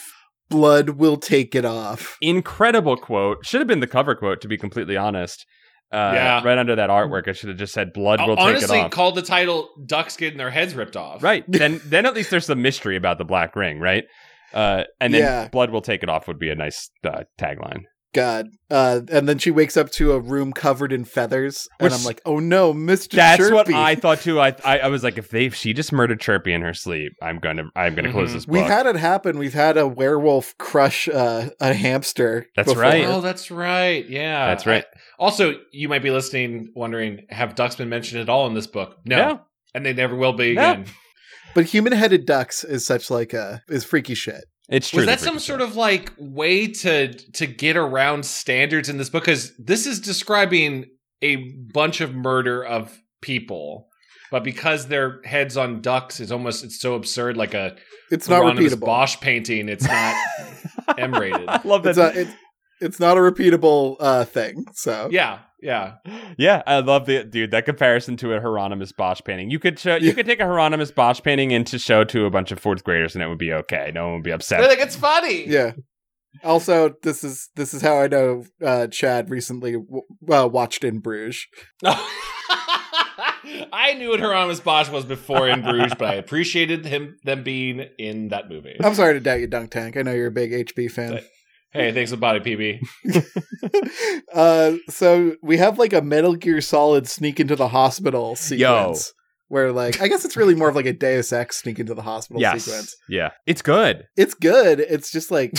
Speaker 1: Blood will take it off.
Speaker 2: incredible quote should have been the cover quote to be completely honest uh,
Speaker 3: Yeah.
Speaker 2: right under that artwork it should have just said blood will
Speaker 3: Honestly,
Speaker 2: take it off
Speaker 3: called the title "Ducks Getting Their Heads Ripped Off."
Speaker 2: right then then at least there's some mystery about the black ring right uh, and then
Speaker 1: Yeah.
Speaker 2: blood will take it off would be a nice uh, tagline
Speaker 1: God. Uh, and then she wakes up to a room covered in feathers,
Speaker 2: Which-
Speaker 1: and I'm like, oh no, Mr.
Speaker 2: That's
Speaker 1: Chirpy.
Speaker 2: what I thought too. I, I I was like, if they if she just murdered Chirpy in her sleep, I'm gonna I'm gonna close
Speaker 3: Mhm.
Speaker 2: this book.
Speaker 1: We've had it happen. We've had a werewolf crush uh, a hamster.
Speaker 2: That's
Speaker 1: before.
Speaker 2: right.
Speaker 3: Oh, that's right. Yeah,
Speaker 2: That's right.
Speaker 3: I- also, you might be listening, wondering, have ducks been mentioned at all in this book? No,
Speaker 2: No.
Speaker 3: and they never will be
Speaker 2: No.
Speaker 3: again.
Speaker 1: But human-headed ducks is such like a is freaky shit.
Speaker 2: It's true.
Speaker 3: Was that some sort of like way to to get around standards in this book? Because this is describing a bunch of murder of people, but because their heads on ducks is almost it's so absurd, like a
Speaker 1: It's not
Speaker 3: Hieronymus
Speaker 1: repeatable.
Speaker 3: Bosch painting. It's not M rated.
Speaker 2: I love that.
Speaker 1: It's not, it's, it's not a repeatable uh, thing. So
Speaker 3: Yeah, yeah.
Speaker 2: yeah, I love the dude. That comparison to a Hieronymus Bosch painting. You could show, you
Speaker 1: Yeah.
Speaker 2: could take a Hieronymus Bosch painting and to show to a bunch of fourth graders, and it would be okay. No one would be
Speaker 3: They're
Speaker 2: upset.
Speaker 3: like it's funny.
Speaker 1: yeah. Also, this is this is how I know uh, Chad recently w- uh, watched in Bruges.
Speaker 3: I knew what Hieronymus Bosch was before in Bruges, but I appreciated him them being in that movie.
Speaker 1: I'm sorry to doubt you, Dunk Tank. I know you're a big HB fan.
Speaker 3: Hey, thanks for the body, PB.
Speaker 1: uh, so we have like a Metal Gear Solid sneak into the hospital sequence. Where like I guess it's really more of like a Deus Ex sneak into the hospital
Speaker 2: Yes.
Speaker 1: sequence.
Speaker 2: Yeah, it's good.
Speaker 1: It's good. It's just like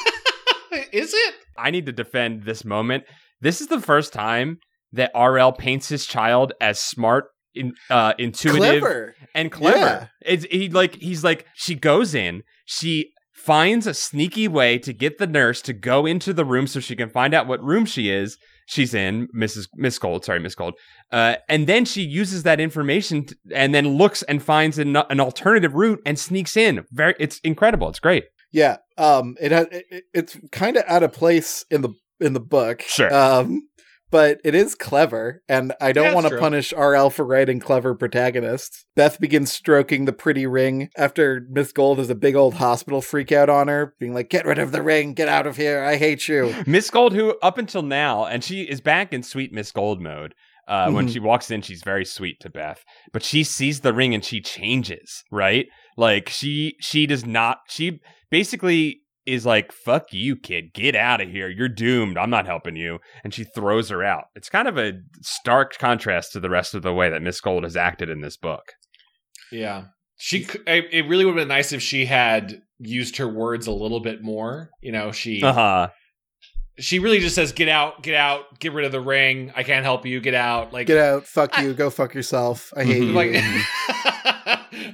Speaker 3: Is it?
Speaker 2: I need to defend this moment. This is the first time that RL paints his child as smart, in, uh, intuitive,
Speaker 1: clever.
Speaker 2: and clever.
Speaker 1: Yeah.
Speaker 2: It's he like he's like she goes in, she finds a sneaky way to get the nurse to go into the room so she can find out what room she is. She's in Mrs. Miss Gold, sorry Miss Gold, uh, and then she uses that information t- and then looks and finds an, an alternative route and sneaks in. Very, it's incredible. It's great.
Speaker 1: Yeah. Um. It has. It, it- it's kind of out of place in the in the book.
Speaker 2: Sure.
Speaker 1: Um. But it is clever, and I
Speaker 3: Yeah,
Speaker 1: don't
Speaker 3: it's
Speaker 1: want to
Speaker 3: true.
Speaker 1: punish RL for writing clever protagonists. Beth begins stroking the pretty ring after Miss Gold has a big old hospital freak out on her, being like, "Get rid of the ring! Get out of here! I hate you!"
Speaker 2: Miss Gold, who up until now, and she is back in sweet Miss Gold mode. Uh, When
Speaker 1: Mhm.
Speaker 2: she walks in, she's very sweet to Beth, but she sees the ring and she changes. Right, like she she does not. She basically is like, "Fuck you, kid. Get out of here. You're doomed. I'm not helping you." And she throws her out. It's kind of a stark contrast to the rest of the way that Miss Gold has acted in this book.
Speaker 3: Yeah. She. c- I- It really would have been nice if she had used her words a little bit more. You know, she
Speaker 1: Uh-huh.
Speaker 2: Uh huh.
Speaker 3: she really just says, "Get out, get out, get rid of the ring. I can't help you. Get out." Like,
Speaker 1: Get out! Fuck you! Go fuck yourself! I hate
Speaker 2: Mhm.
Speaker 1: you!
Speaker 3: Mm-hmm. like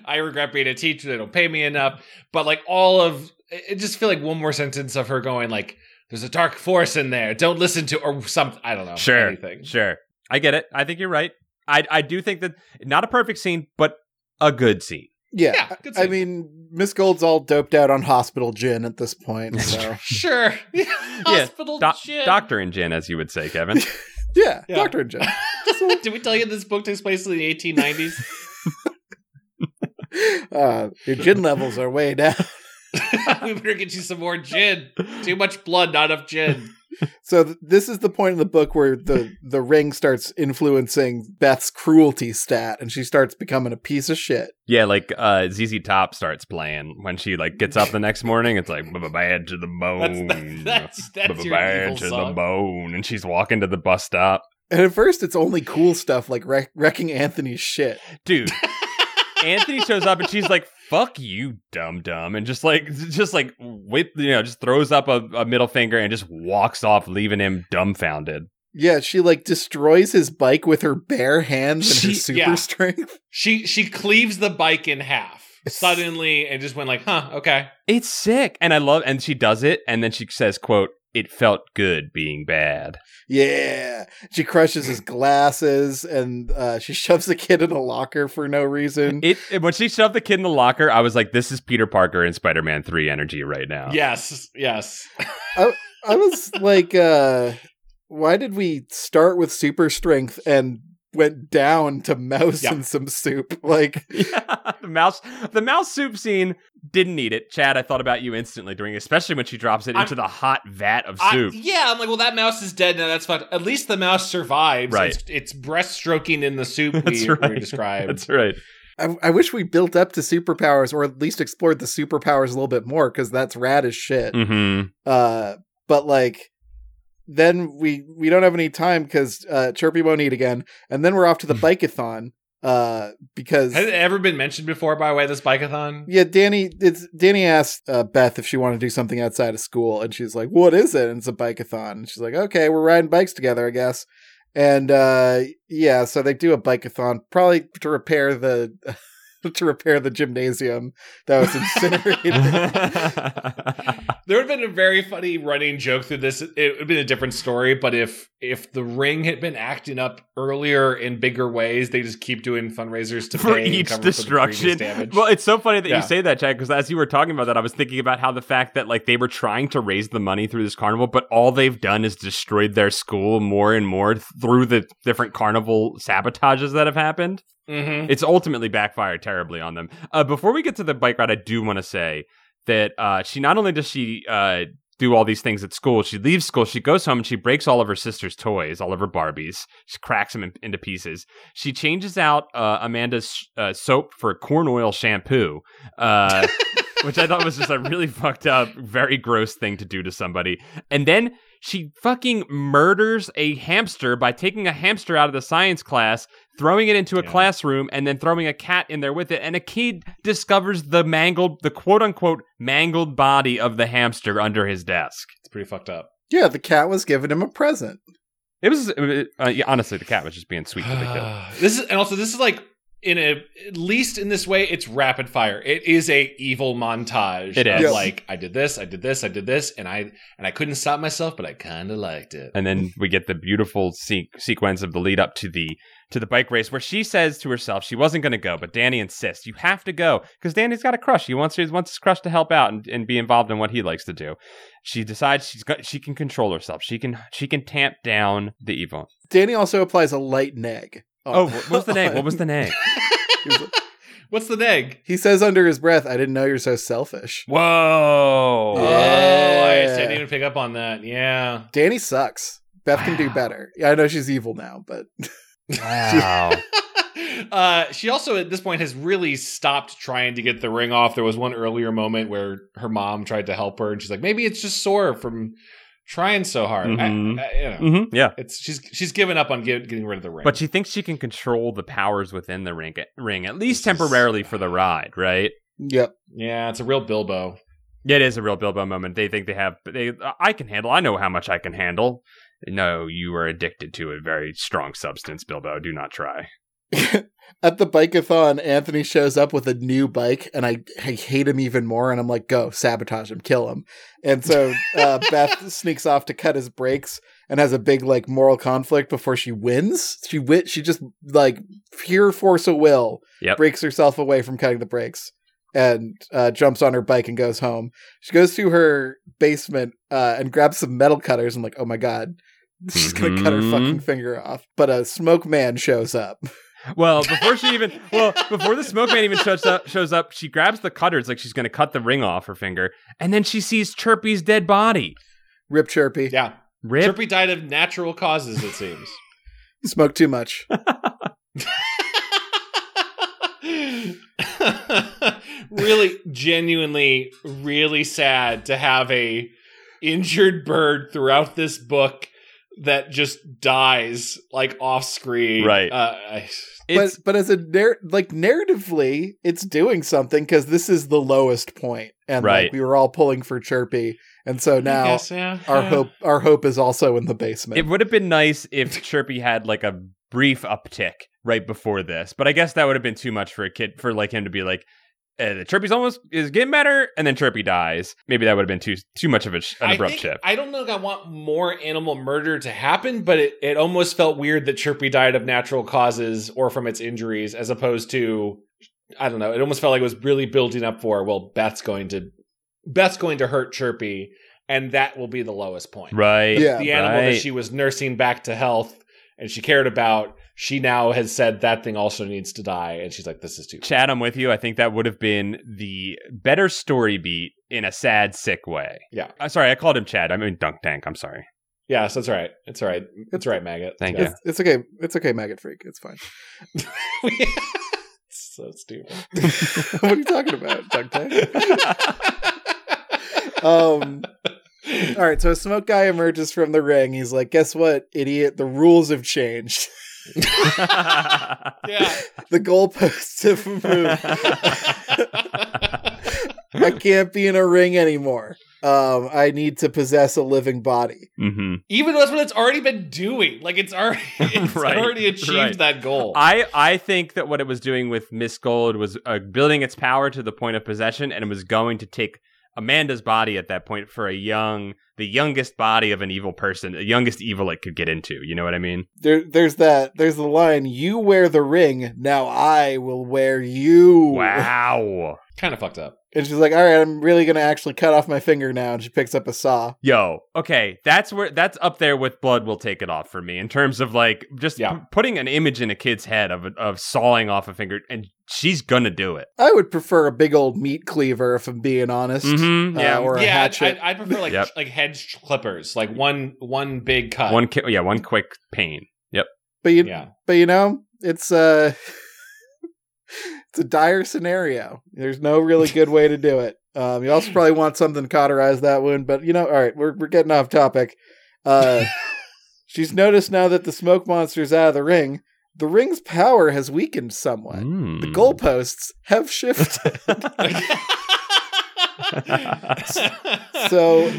Speaker 3: I regret being a teacher. They don't pay me enough. But like all of, I I just feel like one more sentence of her going like, "There's a dark force in there. Don't listen to or something." I don't know.
Speaker 2: Sure.
Speaker 3: Anything.
Speaker 2: Sure. I get it. I think you're right. I I do think that not a perfect scene, but a good scene.
Speaker 1: yeah.
Speaker 3: Yeah. Good
Speaker 1: I
Speaker 3: scene.
Speaker 1: mean, Miss Gold's all doped out on hospital gin at this point. So
Speaker 3: sure. Hospital
Speaker 2: Doc-
Speaker 3: shit.
Speaker 2: Doctor and Jen, as you would say, Kevin.
Speaker 1: yeah,
Speaker 3: Yeah.
Speaker 1: Doctor and Gin.
Speaker 3: Did we tell you this book takes place in the 1890s?
Speaker 1: Uh, your gin levels are way down.
Speaker 3: we better get you some more gin. Too much blood, not enough gin.
Speaker 1: So th- this is the point in the book where the the ring starts influencing Beth's cruelty stat, and she starts becoming a piece of shit.
Speaker 2: yeah, like uh, ZZ Top starts playing when she like gets up the next morning. It's like bad to the bone,
Speaker 3: That's that's that's your
Speaker 2: "Ba-ba-bad
Speaker 3: evil
Speaker 2: to the
Speaker 3: song.
Speaker 2: bone, and she's walking to the bus stop.
Speaker 1: And at first, it's only cool stuff like wreck- wrecking Anthony's shit.
Speaker 2: dude. Anthony shows up and she's like, "Fuck you, dumb dumb," and just like, just like whip, you know, just throws up a, a middle finger and just walks off, leaving him dumbfounded.
Speaker 1: Yeah, she like destroys his bike with her bare hands and her
Speaker 3: She-
Speaker 1: super
Speaker 3: yeah.
Speaker 1: strength.
Speaker 3: She she cleaves the bike in half suddenly and just went like, huh, okay.
Speaker 2: It's sick, and I love, and she does it, and then she says, "quote It felt good being bad."
Speaker 1: Yeah, she crushes his glasses and uh, she shoves the kid in a locker for no reason.
Speaker 2: It when she shoved the kid in the locker, I was like, "This is Peter Parker in Spider-Man Three energy right now."
Speaker 3: Yes, yes.
Speaker 1: I was like, uh, why did we start with super strength and went down to mouse
Speaker 3: Yeah.
Speaker 1: and some soup? Like,
Speaker 2: Yeah, the mouse, the mouse soup scene didn't need it. Chad, I thought about you instantly during, especially when she drops it
Speaker 3: I'm-
Speaker 2: into the hot vat of
Speaker 3: I- e
Speaker 2: soup.
Speaker 3: yeah, I'm like, well, that mouse is dead now. That's fucked. At least the mouse survives.
Speaker 2: Right.
Speaker 3: It's, it's breaststroking in the soup
Speaker 2: That's
Speaker 3: we, we
Speaker 2: right.
Speaker 3: described.
Speaker 2: That's right.
Speaker 1: I, I wish we built up to superpowers or at least explored the superpowers a little bit more because that's rad as shit.
Speaker 2: Mm-hmm.
Speaker 1: Uh, but like, then we we don't have any time because uh, Chirpy won't eat again, and then we're off to the bikeathon. Uh, because
Speaker 3: Has it ever been mentioned before, by the way, this bikeathon?
Speaker 1: Yeah, Danny. It's Danny asked uh, Beth if she wanted to do something outside of school, and she's like, "What is it?" And it's a bikeathon. And she's like, "Okay, we're riding bikes together, I guess." And uh, yeah, so they do a bikeathon, probably to repair the to repair the gymnasium that was incinerated.
Speaker 3: There would have been a very funny running joke through this. It would have been a different story, but if if the ring had been acting up earlier in bigger ways, they just keep doing fundraisers to
Speaker 2: for
Speaker 3: pay and
Speaker 2: each
Speaker 3: cover for the previous
Speaker 2: destruction.
Speaker 3: damage.
Speaker 2: well, it's so funny that
Speaker 3: Yeah.
Speaker 2: you say that, Chad, because as you were talking about that, I was thinking about how the fact that like they were trying to raise the money through this carnival, but all they've done is destroyed their school more and more through the different carnival sabotages that have happened.
Speaker 3: Mhm.
Speaker 2: it's ultimately backfired terribly on them. Uh, before we get to the bike ride, I do want to say that uh, she not only does she uh, do all these things at school, she leaves school, she goes home, and she breaks all of her sister's toys, all of her Barbies. She cracks them in, into pieces. She changes out uh, Amanda's sh- uh, soap for corn oil shampoo. Uh, Which I thought was just a really fucked up, very gross thing to do to somebody. And then she fucking murders a hamster by taking a hamster out of the science class, throwing it into a
Speaker 3: Yeah.
Speaker 2: classroom, and then throwing a cat in there with it. And a kid discovers the mangled, the quote unquote mangled body of the hamster under his desk.
Speaker 3: It's pretty fucked up.
Speaker 1: yeah, the cat was giving him a present.
Speaker 2: It was uh, uh, yeah, honestly, the cat was just being sweet to the kid.
Speaker 3: this is and also this is like in a at least in this way it's rapid fire it is a evil montage
Speaker 2: It
Speaker 3: of
Speaker 1: is.
Speaker 3: like i did this i did this i did this and i and i couldn't stop myself but i kind of liked it
Speaker 2: And then we get the beautiful se- sequence of the lead up to the to the bike race, where she says to herself she wasn't going to go, but Danny insists you have to go because Danny's got a crush. He wants his wants his crush to help out and, and be involved in what he likes to do. She decides she's got she can control herself. She can she can tamp down the evil.
Speaker 1: Danny also applies a light neg.
Speaker 2: Oh, what was the name? What was the name?
Speaker 3: what's the neg
Speaker 1: He says under his breath, "I didn't know you're so selfish."
Speaker 2: Whoa!
Speaker 1: Yeah.
Speaker 3: oh i didn't even pick up on that yeah
Speaker 1: Danny sucks. Beth can do
Speaker 2: Wow.
Speaker 1: better. Yeah, I know she's evil now, but
Speaker 2: Wow!
Speaker 3: uh, she also at this point has really stopped trying to get the ring off. There was one earlier moment where her mom tried to help her, and she's like, "Maybe it's just sore from trying so hard." I-
Speaker 2: Mhm.
Speaker 3: I- you know.
Speaker 2: Mhm, Yeah.
Speaker 3: It's she's she's given up on get, getting rid of the ring.
Speaker 2: But she thinks she can control the powers within the ring, ring at least
Speaker 3: This is-
Speaker 2: temporarily for the ride, right?
Speaker 1: yep.
Speaker 3: yeah, it's a real Bilbo.
Speaker 2: Yeah, it is a real Bilbo moment. They think they have. They, I can handle. I know how much I can handle. No, you are addicted to a very strong substance, Bilbo. Do not try.
Speaker 1: At the bikeathon, Anthony shows up with a new bike, and I, I hate him even more. And I'm like, "Go sabotage him, kill him." And so uh, Beth sneaks off to cut his brakes and has a big like moral conflict before she wins. She wit she just like pure force of will
Speaker 2: Yep.
Speaker 1: breaks herself away from cutting the brakes and uh, jumps on her bike and goes home. She goes to her basement uh, and grabs some metal cutters. I'm like, "Oh my god." She's gonna cut her
Speaker 2: Mhm.
Speaker 1: fucking finger off, but a smoke man shows up.
Speaker 2: Well, before she even well before the smoke man even shows up, shows up, she grabs the cutters like she's going to cut the ring off her finger, and then she sees Chirpy's dead body.
Speaker 1: Rip Chirpy.
Speaker 3: Yeah,
Speaker 2: Rip.
Speaker 3: Chirpy died of natural causes. It seems.
Speaker 1: Smoke too much.
Speaker 3: really, genuinely, really sad to have a injured bird throughout this book that just dies like off screen.
Speaker 2: Right.
Speaker 3: Uh, I,
Speaker 2: It's
Speaker 1: but but as a narr- like narratively, it's doing something because this is the lowest point, and
Speaker 2: Right.
Speaker 1: like we were all pulling for Chirpy, and so now
Speaker 3: Yes, yeah,
Speaker 1: our
Speaker 3: yeah.
Speaker 1: hope our hope is also in the basement.
Speaker 2: uh, it would have been nice if Chirpy had like a brief uptick right before this, but I guess that would have been too much for a kid for like him to be like. Uh, Chirpy's almost is getting better, and then Chirpy dies. Maybe that would have been too too much of a, sh- an
Speaker 3: I
Speaker 2: abrupt
Speaker 3: think-
Speaker 2: shift.
Speaker 3: I don't know if I want more animal murder to happen, but it, it almost felt weird that Chirpy died of natural causes or from its injuries, as opposed to I don't know. It almost felt like it was really building up for well, Beth's going to Beth's going to hurt Chirpy, and that will be the lowest point.
Speaker 2: right?
Speaker 1: Yeah.
Speaker 3: the animal that
Speaker 2: Right.
Speaker 3: she was nursing back to health and she cared about, she now has said that thing also needs to die, and she's like, "This is too."
Speaker 2: Chad, I'm with you. I think that would have been the better story beat in a sad, sick way.
Speaker 3: Yeah.
Speaker 2: Uh, sorry, I called him Chad. I mean Dunk Tank. I'm sorry.
Speaker 3: Yeah, so that's all right. It's all right. It's all right, maggot.
Speaker 2: Thank
Speaker 3: Yeah.
Speaker 1: it's, it's okay. It's okay, maggot freak. It's fine.
Speaker 3: so stupid.
Speaker 1: what are you talking about, Doug? Tay? Um. All right, so a smoke guy emerges from the ring. He's like, "Guess what, idiot? The rules have changed.
Speaker 3: yeah.
Speaker 1: The goalposts have moved. I can't be in a ring anymore. Um, I need to possess a living body."
Speaker 2: hmm
Speaker 3: Even though that's what it's already been doing. Like it's already it's
Speaker 2: Right,
Speaker 3: already achieved
Speaker 2: right.
Speaker 3: that goal.
Speaker 2: I I think that what it was doing with Miss Gold was uh, building its power to the point of possession, and it was going to take Amanda's body at that point for a young, the youngest body of an evil person, the youngest evil it could get into. You know what I mean?
Speaker 1: There, there's that. There's the line: "You wear the ring, now I will wear you."
Speaker 2: Wow.
Speaker 3: kind of fucked up.
Speaker 1: And she's like, "All right, I'm really gonna actually cut off my finger now." And she picks up a saw.
Speaker 2: Yo, okay, that's where that's up there with blood will take it off for me in terms of like just
Speaker 3: Yeah.
Speaker 2: p- putting an image in a kid's head of of sawing off a finger, and she's gonna do it.
Speaker 1: I would prefer a big old meat cleaver, if I'm being honest.
Speaker 2: Mhm,
Speaker 1: Uh,
Speaker 2: yeah,
Speaker 1: or a
Speaker 3: Um, yeah, I'd-
Speaker 1: hatchet.
Speaker 3: I'd, I'd prefer like
Speaker 2: Yep.
Speaker 3: like hedge clippers, like one one big cut.
Speaker 2: one ki- yeah, one quick pain.
Speaker 1: But you,
Speaker 3: yeah.
Speaker 1: but you know, it's uh it's a dire scenario. There's no really good way to do it. Um, you also probably want something to cauterize that wound, but you know, all right, we're we're getting off topic. Uh, she's noticed now that the smoke monster's out of the ring. The ring's power has weakened somewhat. The
Speaker 2: Mm.
Speaker 1: goalposts have shifted. so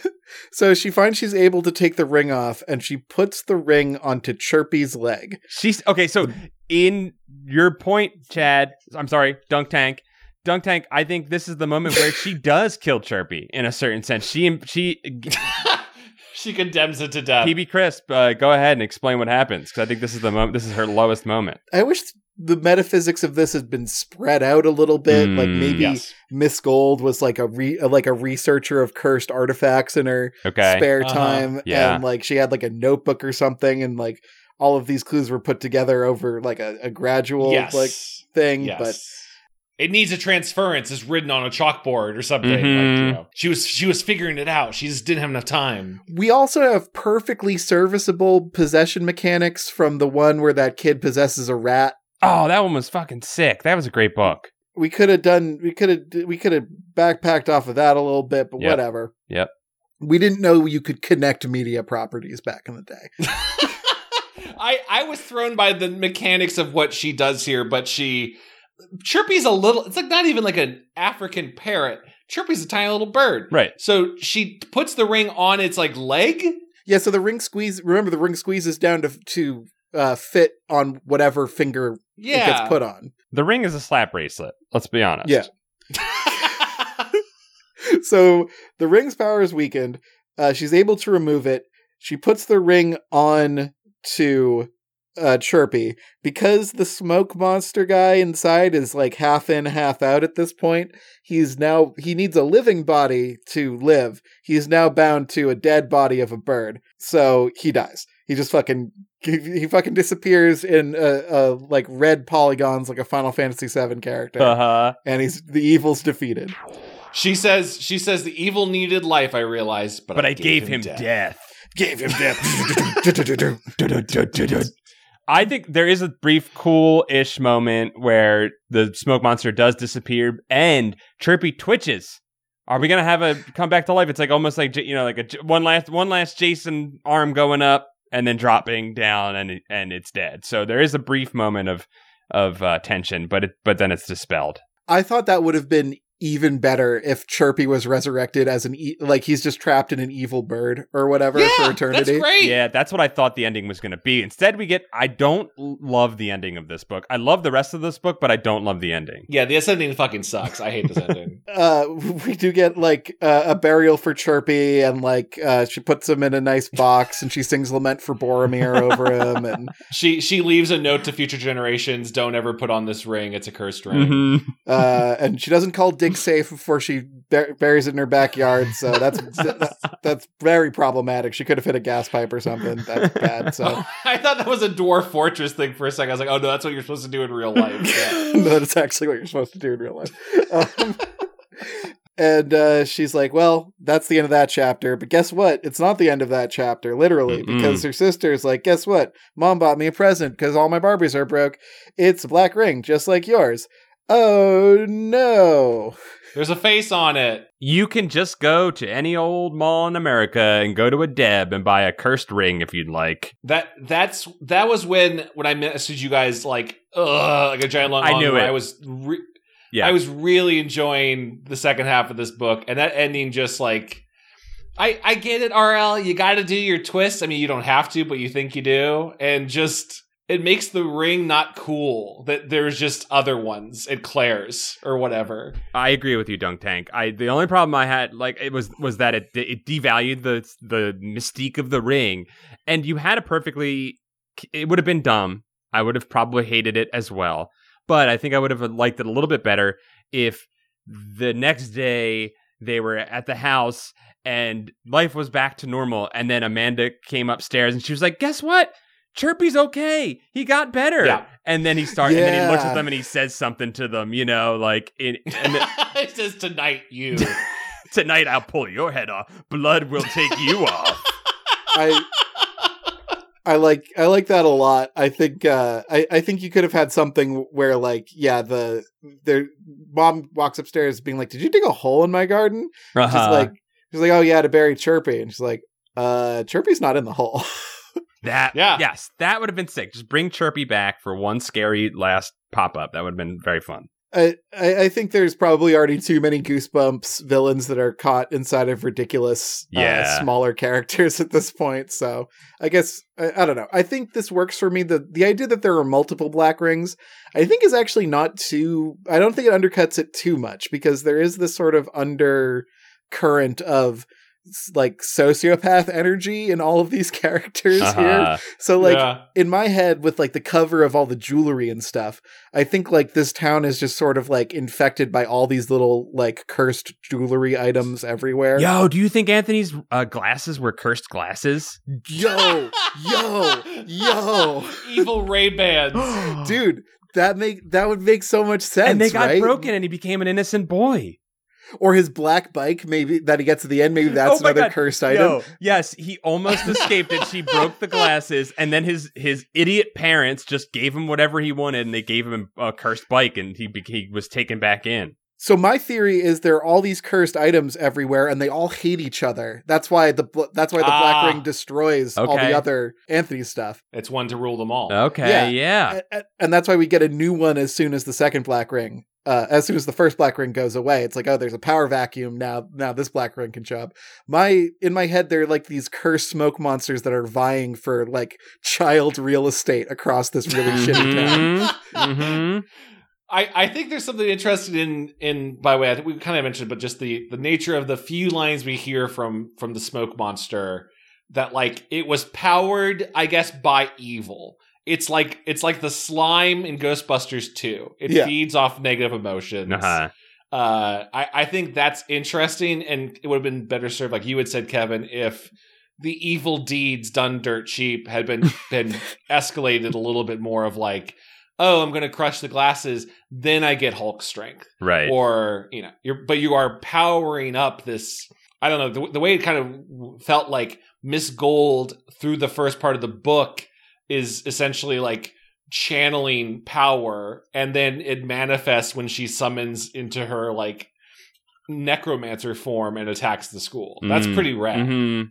Speaker 1: so she finds she's able to take the ring off and she puts the ring onto Chirpy's leg.
Speaker 2: She's okay. So in your point, Chad, I'm sorry, Dunk Tank, Dunk Tank. I think this is the moment where she does kill Chirpy in a certain sense. She she
Speaker 3: she condemns it to death.
Speaker 2: PB Crisp. Uh, go ahead and explain what happens because I think this is the moment. This is her lowest moment.
Speaker 1: I wish the metaphysics of this had been spread out a little bit.
Speaker 2: Mm,
Speaker 1: like maybe
Speaker 3: yes.
Speaker 1: Miss Gold was like a re- uh, like a researcher of cursed artifacts in her
Speaker 2: Okay.
Speaker 1: spare
Speaker 3: Uh-huh.
Speaker 1: time,
Speaker 2: Yeah.
Speaker 1: and like she had like a notebook or something, and like all of these clues were put together over like a, a gradual
Speaker 3: yes.
Speaker 1: like thing.
Speaker 3: yes.
Speaker 1: But
Speaker 3: it needs a transference is written on a chalkboard or something. Like,
Speaker 2: Mhm.
Speaker 3: you know, she was she was figuring it out. She just didn't have enough time.
Speaker 1: we also have perfectly serviceable possession mechanics from the one where that kid possesses a rat.
Speaker 2: Oh, that one was fucking sick. That was a great book.
Speaker 1: We could have done. We could have. We could have backpacked off of that a little bit, but
Speaker 2: Yep.
Speaker 1: whatever.
Speaker 2: Yep.
Speaker 1: We didn't know you could connect media properties back in the day.
Speaker 3: I I was thrown by the mechanics of what she does here, but she Chirpy's a little. It's like not even like an African parrot. Chirpy's a tiny little bird.
Speaker 2: Right.
Speaker 3: So she puts the ring on its like leg.
Speaker 1: Yeah, so the ring squeeze. Remember, the ring squeezes down to to uh, fit on whatever finger
Speaker 3: Yeah.
Speaker 1: it gets put on.
Speaker 2: The ring is a slap bracelet. Let's be honest.
Speaker 1: Yeah. So the ring's power is weakened. Uh, she's able to remove it. She puts the ring on to uh, Chirpy because the smoke monster guy inside is like half in, half out at this point. He's now he needs a living body to live. He's now bound to a dead body of a bird, so he dies. He just fucking he, he fucking disappears in uh, uh, like red polygons, like a Final Fantasy VII character,
Speaker 2: Uh huh.
Speaker 1: and he's the evil's defeated.
Speaker 3: she says she says the evil needed life. I realized, but,
Speaker 2: But I gave him
Speaker 3: death.
Speaker 2: death.
Speaker 1: Gave him death.
Speaker 2: I think there is a brief cool ish moment where the smoke monster does disappear and Chirpy twitches. Are we gonna have a come back to life? It's like almost like J- you know, like a J- one last one last Jason arm going up and then dropping down, and it- and it's dead. So there is a brief moment of of uh, tension, but it but then it's dispelled.
Speaker 1: I thought that would have been even better if Chirpy was resurrected as an e- like he's just trapped in an evil bird or whatever for eternity.
Speaker 3: That's great.
Speaker 2: Yeah, that's what I thought the ending was going to be. Instead, we get I don't l- love the ending of this book. I love the rest of this book, but I don't love the ending.
Speaker 3: Yeah, this ending fucking sucks. I hate this ending.
Speaker 1: Uh, we do get like uh, a burial for Chirpy, and like uh, she puts him in a nice box, and she sings lament for Boromir over him, and
Speaker 3: she she leaves a note to future generations: don't ever put on this ring; it's a cursed ring.
Speaker 2: Mhm.
Speaker 1: uh, and she doesn't call Dig safe before she bur- buries it in her backyard. So that's that's, that's very problematic. She could have hit a gas pipe or something. That's bad. So
Speaker 3: I thought that was a dwarf fortress thing for a second. I was like, oh no, that's what you're supposed to do in real life. Yeah.
Speaker 1: that's actually what you're supposed to do in real life. Um, and uh, she's like, "Well, that's the end of that chapter." But guess what? It's not the end of that chapter, literally,
Speaker 2: Mm-mm.
Speaker 1: because her sister's like, "Guess what? Mom bought me a present because all my Barbies are broke. It's a black ring, just like yours." Oh no!
Speaker 3: There's a face on it.
Speaker 2: You can just go to any old mall in America and go to a Deb and buy a cursed ring if you'd like.
Speaker 3: That that's that was when when I messaged you guys like ugh, like a giant long.
Speaker 2: I
Speaker 3: long
Speaker 2: knew
Speaker 3: one.
Speaker 2: it.
Speaker 3: I was re-
Speaker 2: Yeah.
Speaker 3: I was really enjoying the second half of this book, and that ending just like I I get it, RL. You got to do your twists. I mean, you don't have to, but you think you do, and just it makes the ring not cool that there's just other ones at Claire's or whatever.
Speaker 2: I agree with you, Dunk Tank. I the only problem I had like it was was that it it devalued the the mystique of the ring, and you had a perfectly. It would have been dumb. I would have probably hated it as well, but I think I would have liked it a little bit better if the next day they were at the house and life was back to normal, and then Amanda came upstairs and she was like, "Guess what." Chirpy's okay. He got better.
Speaker 3: Yeah.
Speaker 2: And then he starts, and then he looks
Speaker 1: Yeah.
Speaker 2: at them and he says something to them, you know, like in, and then-
Speaker 3: it says tonight you.
Speaker 2: Tonight I'll pull your head off. Blood will take you off.
Speaker 1: I I like I like that a lot. I think uh I, I think you could have had something where like yeah the their mom walks upstairs being like, Did you dig a hole in my garden? She's
Speaker 2: Uh-huh.
Speaker 1: like she's like, Oh yeah, to bury Chirpy and she's like, uh Chirpy's not in the hole.
Speaker 2: that.
Speaker 3: Yeah.
Speaker 2: Yes, that would have been sick. Just bring Chirpy back for one scary last pop up. That would have been very fun.
Speaker 1: I, I I think there's probably already too many Goosebumps villains that are caught inside of ridiculous
Speaker 2: Yeah.
Speaker 1: uh, smaller characters at this point. So I guess I, I don't know. I think this works for me. The the idea that there are multiple black rings, I think, is actually not too. I don't think it undercuts it too much because there is this sort of undercurrent of s- like sociopath energy in all of these characters
Speaker 2: Uh-huh.
Speaker 1: here. So like
Speaker 3: Yeah.
Speaker 1: in my head with like the cover of all the jewelry and stuff i think like this town is just sort of like infected by all these little like cursed jewelry items everywhere
Speaker 2: Yo, do you think Anthony's uh, glasses were cursed glasses?
Speaker 1: yo yo yo
Speaker 3: evil Ray Bans.
Speaker 1: dude that make that would make so much sense
Speaker 2: and they got
Speaker 1: right?
Speaker 2: broken, and he became an innocent boy.
Speaker 1: or his black bike maybe that he gets at the end maybe that's
Speaker 2: Oh my
Speaker 1: another
Speaker 2: God.
Speaker 1: cursed item
Speaker 2: Yo, yes, he almost escaped it. She broke the glasses, and then his his idiot parents just gave him whatever he wanted, and they gave him a cursed bike, and he be- he was taken back in.
Speaker 1: So my theory is there are all these cursed items everywhere, and they all hate each other. That's why the bl- that's why the
Speaker 3: Ah.
Speaker 1: black ring destroys all
Speaker 2: Okay.
Speaker 1: the other Anthony stuff,
Speaker 3: It's one to rule them all.
Speaker 1: Yeah.
Speaker 2: Okay, yeah.
Speaker 1: A- a- and that's why we get a new one as soon as the second black ring. Uh, as soon as the first black ring goes away, it's like oh, there's a power vacuum now. Now this black ring can show up. My in my head, they're like these cursed smoke monsters that are vying for like child real estate across this really
Speaker 3: Mm-hmm.
Speaker 1: shitty town.
Speaker 2: Mhm.
Speaker 3: I, I think there's something interesting in in by the way I think we kind of mentioned, but just the the nature of the few lines we hear from from the smoke monster that like it was powered, I guess, by evil. It's like it's like the slime in Ghostbusters 2. It
Speaker 1: Yeah.
Speaker 3: feeds off negative emotions.
Speaker 2: Uh-huh.
Speaker 3: Uh, I I think that's interesting, and it would have been better served, like you had said, Kevin, if the evil deeds done dirt cheap had been been escalated a little bit more of like, oh, I'm going to crush the glasses, then I get Hulk strength,
Speaker 2: Right.
Speaker 3: or you know, you're but you are powering up this. I don't know the, the way it kind of felt like Miss Gold through the first part of the book is essentially like channeling power and then it manifests when she summons into her like necromancer form and attacks the school. That's
Speaker 2: Mm.
Speaker 3: pretty rad.
Speaker 2: Mhm.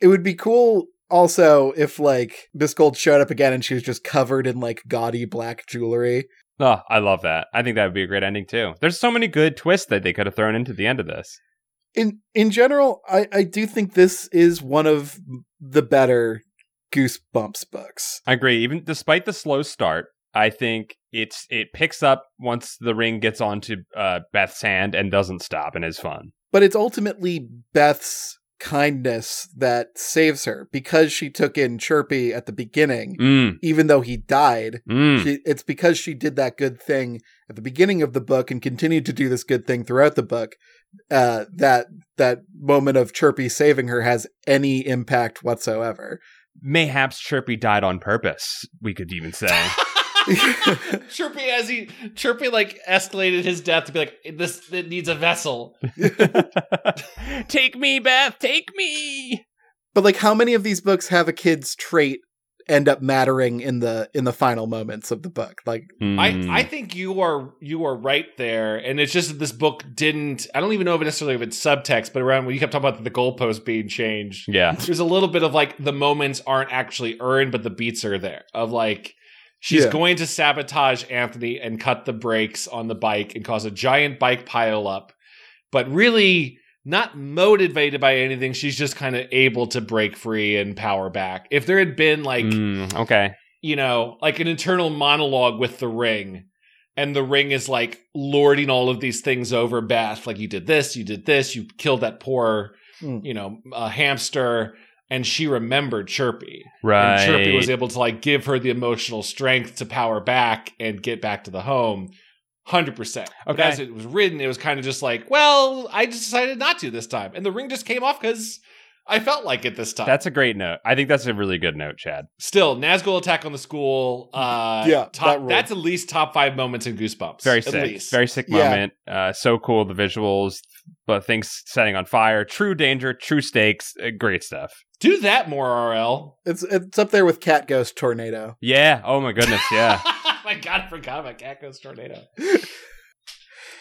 Speaker 1: It would be cool also if like Biscold showed up again and she was just covered in like gaudy black jewelry.
Speaker 2: Oh, I love that. I think that would be a great ending too. There's so many good twists that they could have thrown into the end of this.
Speaker 1: In in general, I, I do think this is one of the better Goosebumps books.
Speaker 2: I agree. Even despite the slow start, I think it's it picks up once the ring gets onto uh, Beth's hand and doesn't stop and is fun.
Speaker 1: But it's ultimately Beth's kindness that saves her because she took in Chirpy at the beginning,
Speaker 2: Mm,
Speaker 1: even though he died.
Speaker 2: mm.
Speaker 1: She, it's because she did that good thing at the beginning of the book and continued to do this good thing throughout the book uh, that that moment of Chirpy saving her has any impact whatsoever.
Speaker 2: Mayhaps Chirpy died on purpose. We could even say.
Speaker 3: Chirpy as he Chirpy like escalated his death to be like this it needs a vessel.
Speaker 2: take me, Beth. Take me.
Speaker 1: But like, how many of these books have a kid's trait end up mattering in the in the final moments of the book? Like,
Speaker 3: I, I think you are you are right there, and it's just that this book didn't. I don't even know if it necessarily if it's subtext, but around when you kept talking about the goalpost being changed,
Speaker 2: yeah.
Speaker 3: there's a little bit of like the moments aren't actually earned, but the beats are there. Of like she's
Speaker 1: Yeah.
Speaker 3: going to sabotage Anthony and cut the brakes on the bike and cause a giant bike pile up, but really not motivated by anything. She's just kind of able to break free and power back. If there had been like
Speaker 2: Mm, okay.
Speaker 3: you know, like an internal monologue with the ring. And the ring is like lording all of these things over Beth. Like, you did this, you did this, you killed that poor,
Speaker 1: Hmm.
Speaker 3: you know, uh, hamster. And she remembered Chirpy.
Speaker 2: Right.
Speaker 3: And Chirpy was able to like give her the emotional strength to power back and get back to the home. 100%. But
Speaker 2: Okay.
Speaker 3: as it was written, it was kind of just like, well, I just decided not to this time. And the ring just came off because I felt like it this time.
Speaker 2: that's a great note. I think that's a really good note, Chad.
Speaker 3: Still, Nazgul attack on the school. Uh,
Speaker 1: Yeah, that
Speaker 3: top,
Speaker 1: ruled.
Speaker 3: that's at least top five moments in Goosebumps.
Speaker 2: Very
Speaker 3: at
Speaker 2: sick.
Speaker 3: Least.
Speaker 2: Very sick
Speaker 1: Yeah.
Speaker 2: moment. Uh, so cool. The visuals, but things setting on fire. True danger. True stakes. Uh, great stuff.
Speaker 3: Do that more, RL.
Speaker 1: it's it's up there with Cat Ghost Tornado.
Speaker 2: Yeah. Oh my goodness. Yeah.
Speaker 3: Oh My God, I forgot about Catco's tornado.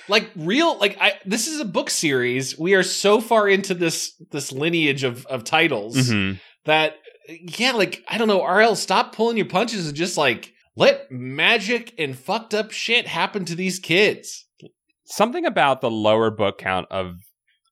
Speaker 3: like real, like I. This is a book series. We are so far into this this lineage of of titles
Speaker 2: Mhm.
Speaker 3: that yeah, like I don't know, RL, stop pulling your punches and just like let magic and fucked up shit happen to these kids.
Speaker 2: Something about the lower book count of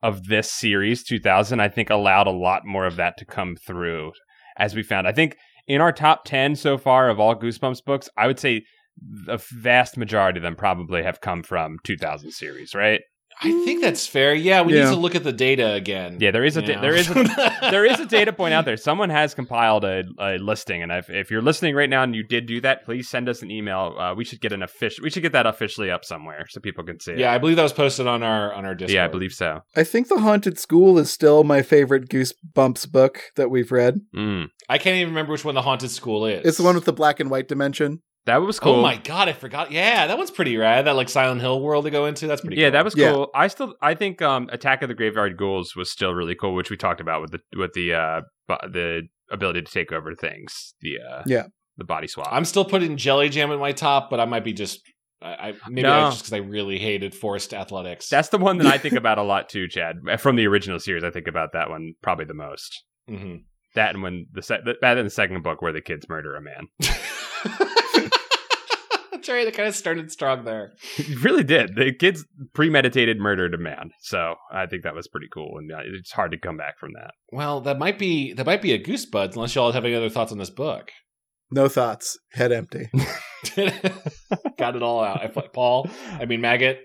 Speaker 2: of this series, 2000, I think allowed a lot more of that to come through, as we found. I think in our top 10 so far of all Goosebumps books, I would say the vast majority of them probably have come from 2000 series, right?
Speaker 3: I think
Speaker 1: Mm.
Speaker 3: that's fair. Yeah, we
Speaker 1: Yeah.
Speaker 3: need to look at the data again.
Speaker 2: Yeah, there is a da-
Speaker 3: Yeah.
Speaker 2: there is a there is a data point out there. Someone has compiled a, a listing, and if, if you're listening right now and you did do that, please send us an email. Uh, we should get an official. We should get that officially up somewhere so people can see it.
Speaker 3: Yeah, I believe that was posted on our on our Discord.
Speaker 2: yeah, I believe so.
Speaker 1: I think The Haunted School is still my favorite Goosebumps book that we've read.
Speaker 2: Mm.
Speaker 3: I can't even remember which one the haunted school is.
Speaker 1: It's the one with the black and white dimension.
Speaker 2: That was cool.
Speaker 3: Oh my god, I forgot. Yeah, that one's pretty rad. That like Silent Hill world to go into. That's pretty.
Speaker 2: yeah,
Speaker 3: cool.
Speaker 2: that was
Speaker 1: Yeah.
Speaker 2: cool. I still, I think, um, Attack of the Graveyard Ghouls was still really cool, which we talked about with the with the uh bu- the ability to take over things, the uh,
Speaker 1: Yeah.
Speaker 2: the body swap.
Speaker 3: I'm still putting jelly jam in my top, but I might be just. I, I maybe
Speaker 2: No.
Speaker 3: I just because I really hated forced athletics.
Speaker 2: That's the one that I think about a lot too, Chad. From the original series, I think about that one probably the most.
Speaker 3: Mhm.
Speaker 2: That and when the se- that in the second book where the kids murder a man.
Speaker 3: Sorry, that kind of started strong there.
Speaker 2: It really did. The kids premeditated murdered a man. So I think that was pretty cool, and uh, it's hard to come back from that.
Speaker 3: Well, that might be that might be a goosebuds, unless y'all have any other thoughts on this book.
Speaker 1: No thoughts, head empty.
Speaker 3: Got it all out. I, Paul, I mean maggot,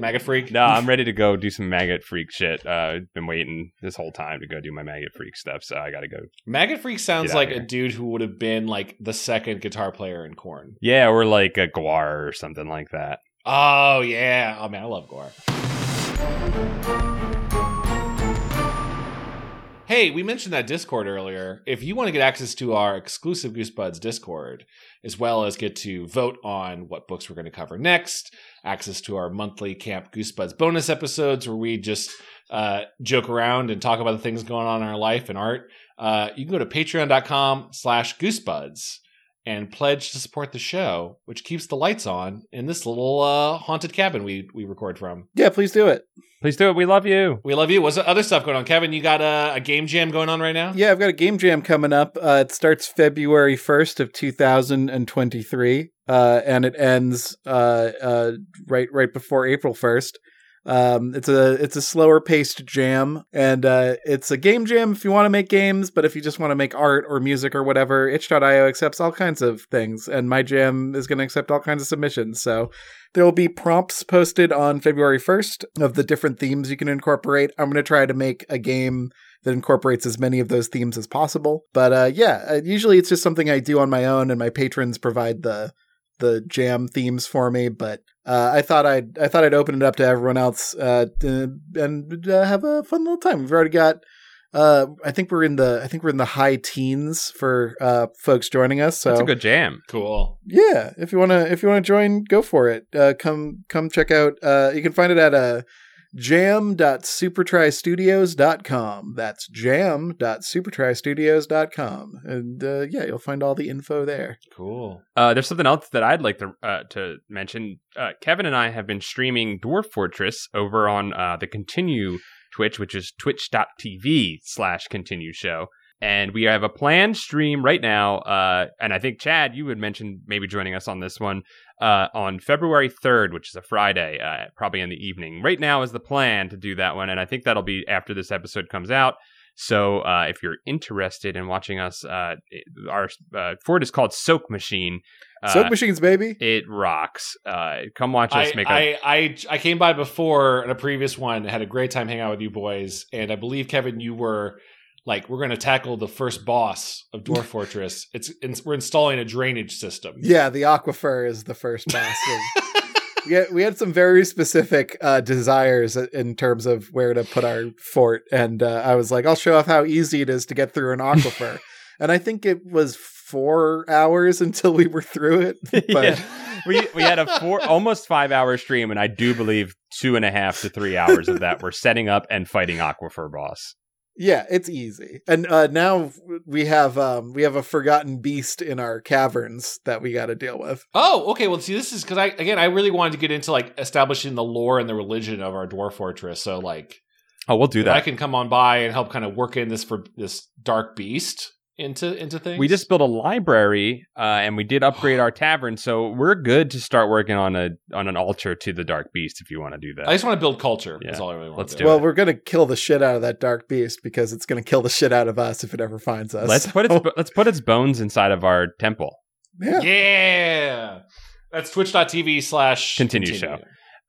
Speaker 3: maggot freak.
Speaker 2: no, I'm ready to go do some maggot freak shit. Uh, I've been waiting this whole time to go do my maggot freak stuff, so I got to go.
Speaker 3: Maggot Freak sounds
Speaker 2: Get out
Speaker 3: like
Speaker 2: of
Speaker 3: a
Speaker 2: here.
Speaker 3: dude who would have been like the second guitar player in Korn.
Speaker 2: Yeah, or like a guar or something like that.
Speaker 3: Oh yeah. Oh man, I love Gore. Hey, we mentioned that Discord earlier. If you want to get access to our exclusive Goosebuds Discord, as well as get to vote on what books we're going to cover next, access to our monthly Camp Goosebuds bonus episodes where we just uh, joke around and talk about the things going on in our life and art, uh, you can go to patreon.com slash goosebuds and pledged to support the show, which keeps the lights on in this little uh, haunted cabin we we record from.
Speaker 1: Yeah, please do it.
Speaker 2: Please do it. We love you.
Speaker 3: We love you. What's the other stuff going on, Kevin? You got a, a game jam going on right now?
Speaker 1: Yeah, I've got a game jam coming up. Uh, it starts February 1st of 2023 uh, and it ends uh, uh, right right before April 1st. Um, it's a it's a slower paced jam, and uh, it's a game jam if you want to make games, but if you just want to make art or music or whatever, itch.io accepts all kinds of things, and my jam is going to accept all kinds of submissions. So there will be prompts posted on February 1st of the different themes you can incorporate. I'm going to try to make a game that incorporates as many of those themes as possible. But uh, yeah, uh, usually it's just something I do on my own, and my patrons provide the the jam themes for me. But uh, I thought I'd I thought I'd open it up to everyone else uh, to- and uh, have a fun little time. We've already got. Uh, I think we're in the I think we're in the high teens for uh, folks joining us. So
Speaker 2: That's a good jam.
Speaker 3: Cool.
Speaker 1: yeah if you want to if you want to join go for it uh, come come check out uh, you can find it at uh, jam.supertrystudios.com that's jam.supertrystudios.com and uh, yeah you'll find all the info there
Speaker 3: Cool.
Speaker 2: Uh, there's something else that I'd like to uh, to mention. Uh, Kevin and I have been streaming Dwarf Fortress over on uh, the Continue Twitch, which is twitch.tv slash Continue Show. And we have a planned stream right now. Uh, and I think, Chad, you had mentioned maybe joining us on this one uh, on February 3rd, which is a Friday, uh, probably in the evening. Right now is the plan to do that one. And I think that'll be after this episode comes out. So uh, if you're interested in watching us, uh, it- our uh, for it is called Soak Machine. Uh,
Speaker 1: soap machines baby
Speaker 2: it rocks. Uh, come watch us
Speaker 3: I,
Speaker 2: make a
Speaker 3: I, I I came by before in a previous one. Had a great time hanging out with you boys, and I believe Kevin, you were like, we're going to tackle the first boss of Dwarf Fortress. It's, it's we're installing a drainage system.
Speaker 1: yeah the aquifer is the first boss yeah we had some very specific uh, desires in terms of where to put our fort and uh, i was like i'll show off how easy it is to get through an aquifer and i think it was four hours until we were through it but
Speaker 2: Yeah. we we had a four almost five hour stream, and I do believe two and a half to three hours of that were setting up and fighting Aquifer Boss.
Speaker 1: Yeah, it's easy. And uh, now we have um, we have a forgotten beast in our caverns that we got to deal with.
Speaker 3: Oh, okay. Well, see, this is because I again, I really wanted to get into like establishing the lore and the religion of our Dwarf Fortress. So like,
Speaker 2: Oh, we'll do
Speaker 3: if I
Speaker 2: that.
Speaker 3: can come on by and help kind of work in this for this dark beast into into things.
Speaker 2: We just built a library, uh, and we did upgrade our tavern, so we're good to start working on a on an altar to the Dark Beast. If you want to do that,
Speaker 3: I just want to build culture.
Speaker 2: Yeah.
Speaker 3: That's all I really want.
Speaker 2: Let's
Speaker 3: to
Speaker 2: do
Speaker 3: do.
Speaker 1: well,
Speaker 2: it.
Speaker 1: we're gonna kill the shit out of that dark beast because it's gonna kill the shit out of us if it ever finds us.
Speaker 2: let's put its bo- let's put its bones inside of our temple.
Speaker 1: yeah.
Speaker 3: Yeah. That's twitch.tv slash
Speaker 2: Continue show.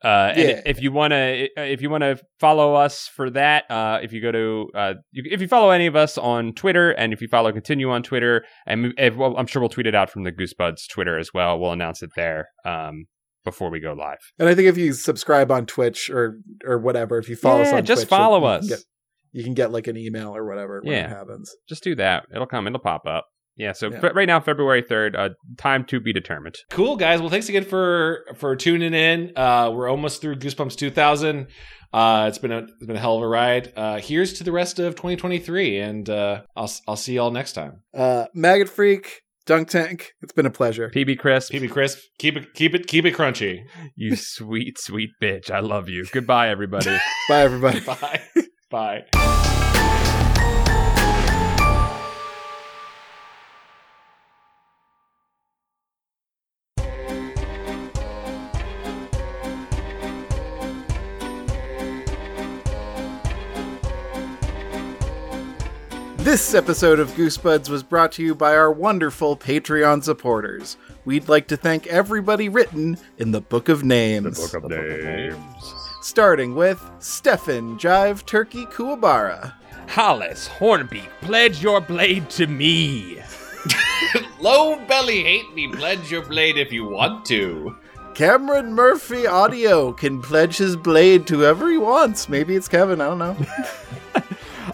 Speaker 2: Uh, and
Speaker 1: Yeah.
Speaker 2: if you want to if you want to follow us for that uh, if you go to uh, you, if you follow any of us on twitter and if you follow continue on twitter and if, well, i'm sure we'll tweet it out from the goosebuds twitter as well we'll announce it there um, before we go live
Speaker 1: And I think if you subscribe on Twitch or or whatever, if you follow us
Speaker 2: Yeah,
Speaker 1: on
Speaker 2: just
Speaker 1: Twitch,
Speaker 2: follow
Speaker 1: you can
Speaker 2: us.
Speaker 1: get- you can get like an email or whatever when
Speaker 2: Yeah.
Speaker 1: it happens.
Speaker 2: just do that it'll come it'll pop up yeah so
Speaker 1: Yeah.
Speaker 2: fe- right now february 3rd uh, time to be determined
Speaker 3: Cool guys. Well, thanks again for for tuning in. Uh, we're almost through Goosebumps 2000. Uh, it's been a it's been a hell of a ride. Uh, here's to the rest of 2023, and uh, I'll s- I'll see y'all next time.
Speaker 1: Uh, Maggot Freak, Dunk Tank, it's been a pleasure.
Speaker 2: pb crisp
Speaker 3: PB Crisp, keep it keep it keep it crunchy.
Speaker 2: you sweet sweet bitch i love you goodbye everybody
Speaker 1: Bye everybody.
Speaker 3: Bye bye.
Speaker 1: This episode of Goosebuds was brought to you by our wonderful Patreon supporters. We'd like to thank everybody written in the Book of Names. Starting with Stefan Jive Turkey Kuwabara,
Speaker 2: hollis hornbeak pledge your blade to me
Speaker 3: Low belly hate me. Pledge your blade if you want to.
Speaker 1: Cameron Murphy Audio can pledge his blade to whoever he wants. Maybe it's Kevin, I don't know.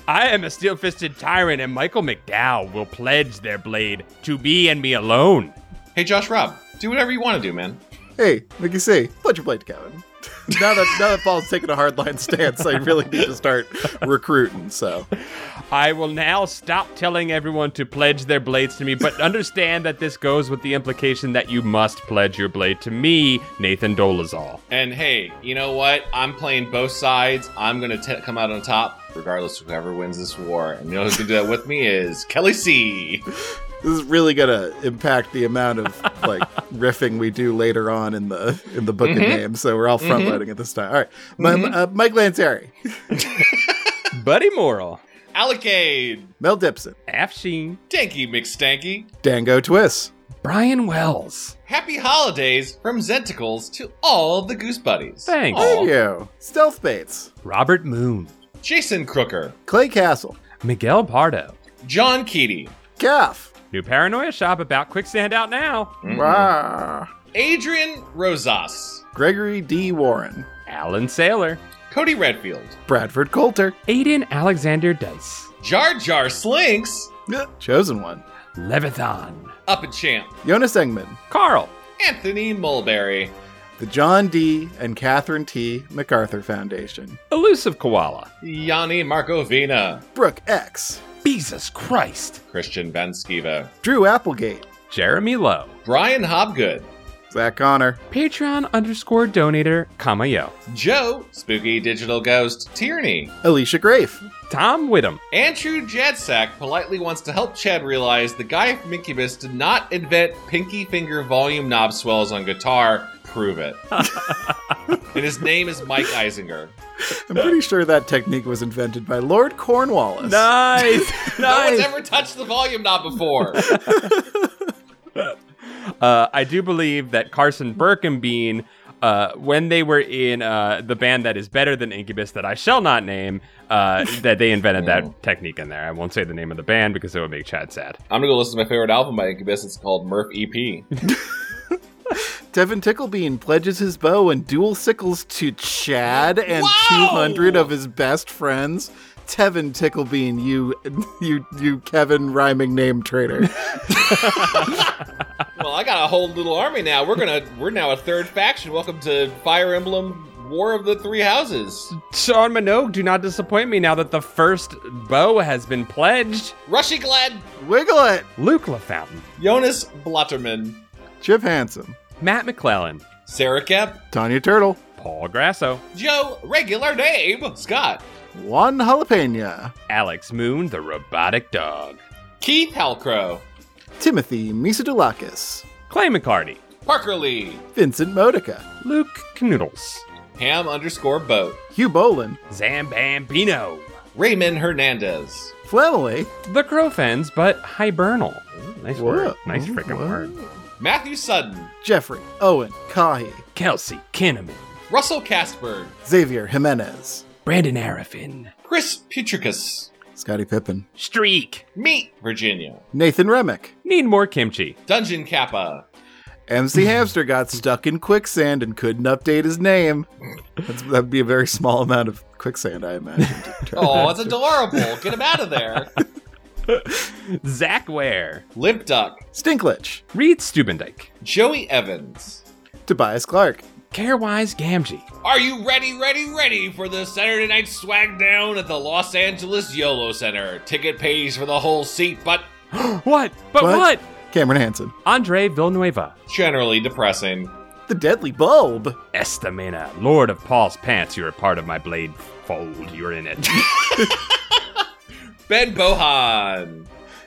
Speaker 2: I am a steel fisted tyrant, and Michael McDowell will pledge their blade to me and me alone.
Speaker 3: Hey Josh Rob, do whatever you want to do, man.
Speaker 1: hey, like you say, pledge your blade to Kevin. now that now that Paul's taking a hardline stance, I really need to start recruiting, so
Speaker 2: I will now stop telling everyone to pledge their blades to me, but understand that this goes with the implication that you must pledge your blade to me, Nathan Dolezal.
Speaker 3: And hey, you know what? I'm playing both sides. I'm going to come out on top, regardless of whoever wins this war. And you know who's going to do that with me is Kelly C.
Speaker 1: This is really gonna impact the amount of like riffing we do later on in the in the book and
Speaker 3: Mhm.
Speaker 1: game. So we're all front loading at this time. All right, My-
Speaker 3: Mhm.
Speaker 1: uh, Mike Lancieri,
Speaker 2: Buddy Morrill,
Speaker 3: Allocade,
Speaker 1: Mel Gibson,
Speaker 2: Af Sheen,
Speaker 3: Danky McStanky,
Speaker 1: Dango Twist,
Speaker 2: Brian Wells.
Speaker 3: happy holidays from Zenticles to all the Goose Buddies.
Speaker 2: Thanks.
Speaker 3: Aw.
Speaker 1: Thank you, Stealth Bates,
Speaker 2: Robert Moon,
Speaker 3: Jason Crooker,
Speaker 1: Clay Castle,
Speaker 2: Miguel Pardo.
Speaker 3: John Keaty,
Speaker 1: Gaff,
Speaker 2: New Paranoia Shop about Quicksand out now.
Speaker 1: Rah.
Speaker 3: Adrian Rosas,
Speaker 1: Gregory D. Warren,
Speaker 2: Alan Saylor,
Speaker 3: Cody Redfield,
Speaker 1: Bradford Coulter,
Speaker 2: Aiden Alexander Dice,
Speaker 3: Jar Jar Slinks,
Speaker 1: Chosen One,
Speaker 2: Levithan,
Speaker 3: Up and Champ,
Speaker 1: Jonas Engman,
Speaker 2: Carl,
Speaker 3: Anthony Mulberry,
Speaker 1: the John D. and Catherine T. MacArthur Foundation,
Speaker 2: Elusive Koala,
Speaker 3: Yanni Markovina,
Speaker 1: Brooke X,
Speaker 2: Jesus Christ,
Speaker 3: Christian Van Skiva,
Speaker 1: Drew Applegate,
Speaker 2: Jeremy Lowe,
Speaker 3: Brian Hobgood,
Speaker 1: Zach Connor,
Speaker 2: Patreon underscore donator, comma yo,
Speaker 3: Joe, Spooky Digital Ghost, Tierney,
Speaker 1: Alicia Grafe,
Speaker 2: Tom Whittem,
Speaker 3: Andrew Jadsack politely wants to help Chad realize the guy from Incubus did not invent pinky finger volume knob swells on guitar. Prove it. and his name is Mike Isinger.
Speaker 1: I'm pretty sure that technique was invented by Lord Cornwallis.
Speaker 2: Nice,
Speaker 3: No
Speaker 2: nice.
Speaker 3: one's ever touched the volume knob before.
Speaker 2: uh, I do believe that Carson Birkenbean, uh, when they were in uh, the band that is better than Incubus, that I shall not name, uh, that they invented that technique in there. I won't say the name of the band because it would make Chad sad.
Speaker 3: I'm gonna go listen to my favorite album by Incubus. It's called Murph E EP.
Speaker 1: Devin Ticklebean pledges his bow and dual sickles to Chad and
Speaker 3: Wow!
Speaker 1: 200 of his best friends. Tevin Ticklebean, you, you, you Kevin rhyming name traitor.
Speaker 3: Well, I got a whole little army now. We're gonna we're now a third faction. Welcome to Fire Emblem War of the Three Houses.
Speaker 2: Sean Minogue, do not disappoint me now that the first bow has been pledged.
Speaker 3: Rushy Glad,
Speaker 1: Wiggle it,
Speaker 2: Luke LaFountain,
Speaker 3: Jonas Blotterman,
Speaker 1: Chip Handsome,
Speaker 2: Matt McClellan,
Speaker 3: Sarah Kemp,
Speaker 1: Tanya Turtle,
Speaker 2: Paul Grasso,
Speaker 3: Joe, regular name, Scott,
Speaker 1: Juan Jalapena,
Speaker 2: Alex Moon, the robotic dog,
Speaker 3: Keith Halcrow,
Speaker 1: Timothy Misodoulakis,
Speaker 2: Clay McCarty,
Speaker 3: Parker Lee,
Speaker 1: Vincent Modica,
Speaker 2: Luke Knoodles,
Speaker 3: Ham underscore boat,
Speaker 1: Hugh Bolin,
Speaker 2: Zambambino,
Speaker 3: Raymond Hernandez,
Speaker 1: Flamily,
Speaker 2: the Crowfens, but hibernal. Ooh, nice word.
Speaker 1: Whoa.
Speaker 2: Nice freaking
Speaker 1: Whoa.
Speaker 2: word.
Speaker 3: Matthew Sutton,
Speaker 1: Jeffrey, Owen, Kahi,
Speaker 2: Kelsey Kinneman,
Speaker 3: Russell Castberg,
Speaker 1: Xavier Jimenez,
Speaker 2: Brandon Arafin,
Speaker 3: Chris Putricus,
Speaker 1: Scotty Pippen,
Speaker 2: Streak,
Speaker 3: Meet Virginia,
Speaker 1: Nathan Remick,
Speaker 2: Need More Kimchi,
Speaker 3: Dungeon Kappa,
Speaker 1: MC Hamster got stuck in quicksand and couldn't update his name. That's, that'd be a very small amount of quicksand, I imagine. to turn
Speaker 3: Oh,
Speaker 1: that
Speaker 3: it's
Speaker 1: into.
Speaker 3: adorable. Get him out of there.
Speaker 2: Zach Ware,
Speaker 3: Limp Duck,
Speaker 1: Stinklich,
Speaker 2: Reed Stubendike,
Speaker 3: Joey Evans.
Speaker 1: Tobias Clark,
Speaker 2: Carewise Gamgee,
Speaker 3: Are you ready, ready, ready for the Saturday night swag down at the Los Angeles YOLO Center? Ticket pays for the whole seat, but
Speaker 2: what? But
Speaker 1: What?
Speaker 2: what?
Speaker 1: Cameron Hansen,
Speaker 2: Andre Villanueva.
Speaker 3: generally depressing.
Speaker 1: The Deadly Bulb,
Speaker 2: Estamina, Lord of Paul's Pants, you're a part of my blade fold. You're in it.
Speaker 3: Ben Bohan,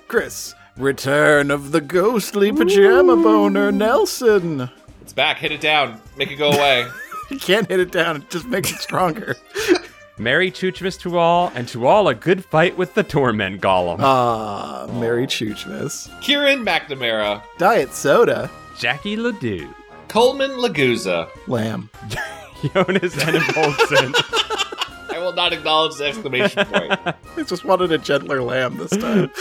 Speaker 1: Chris, Return of the Ghostly Pajama Boner Nelson.
Speaker 3: it's back. Hit it down. Make it go away.
Speaker 1: You can't hit it down, it just makes it stronger.
Speaker 2: Merry Chuchmas to all, and to all a good fight with the Torment Golem.
Speaker 1: Ah, Mary Chuchmas.
Speaker 3: Kieran McNamara,
Speaker 1: Diet Soda,
Speaker 2: Jackie Ledoux,
Speaker 3: Coleman Laguza.
Speaker 1: Lamb.
Speaker 2: Jonas Ennebolson,
Speaker 3: I will not acknowledge the exclamation point.
Speaker 1: I just wanted a gentler lamb this time.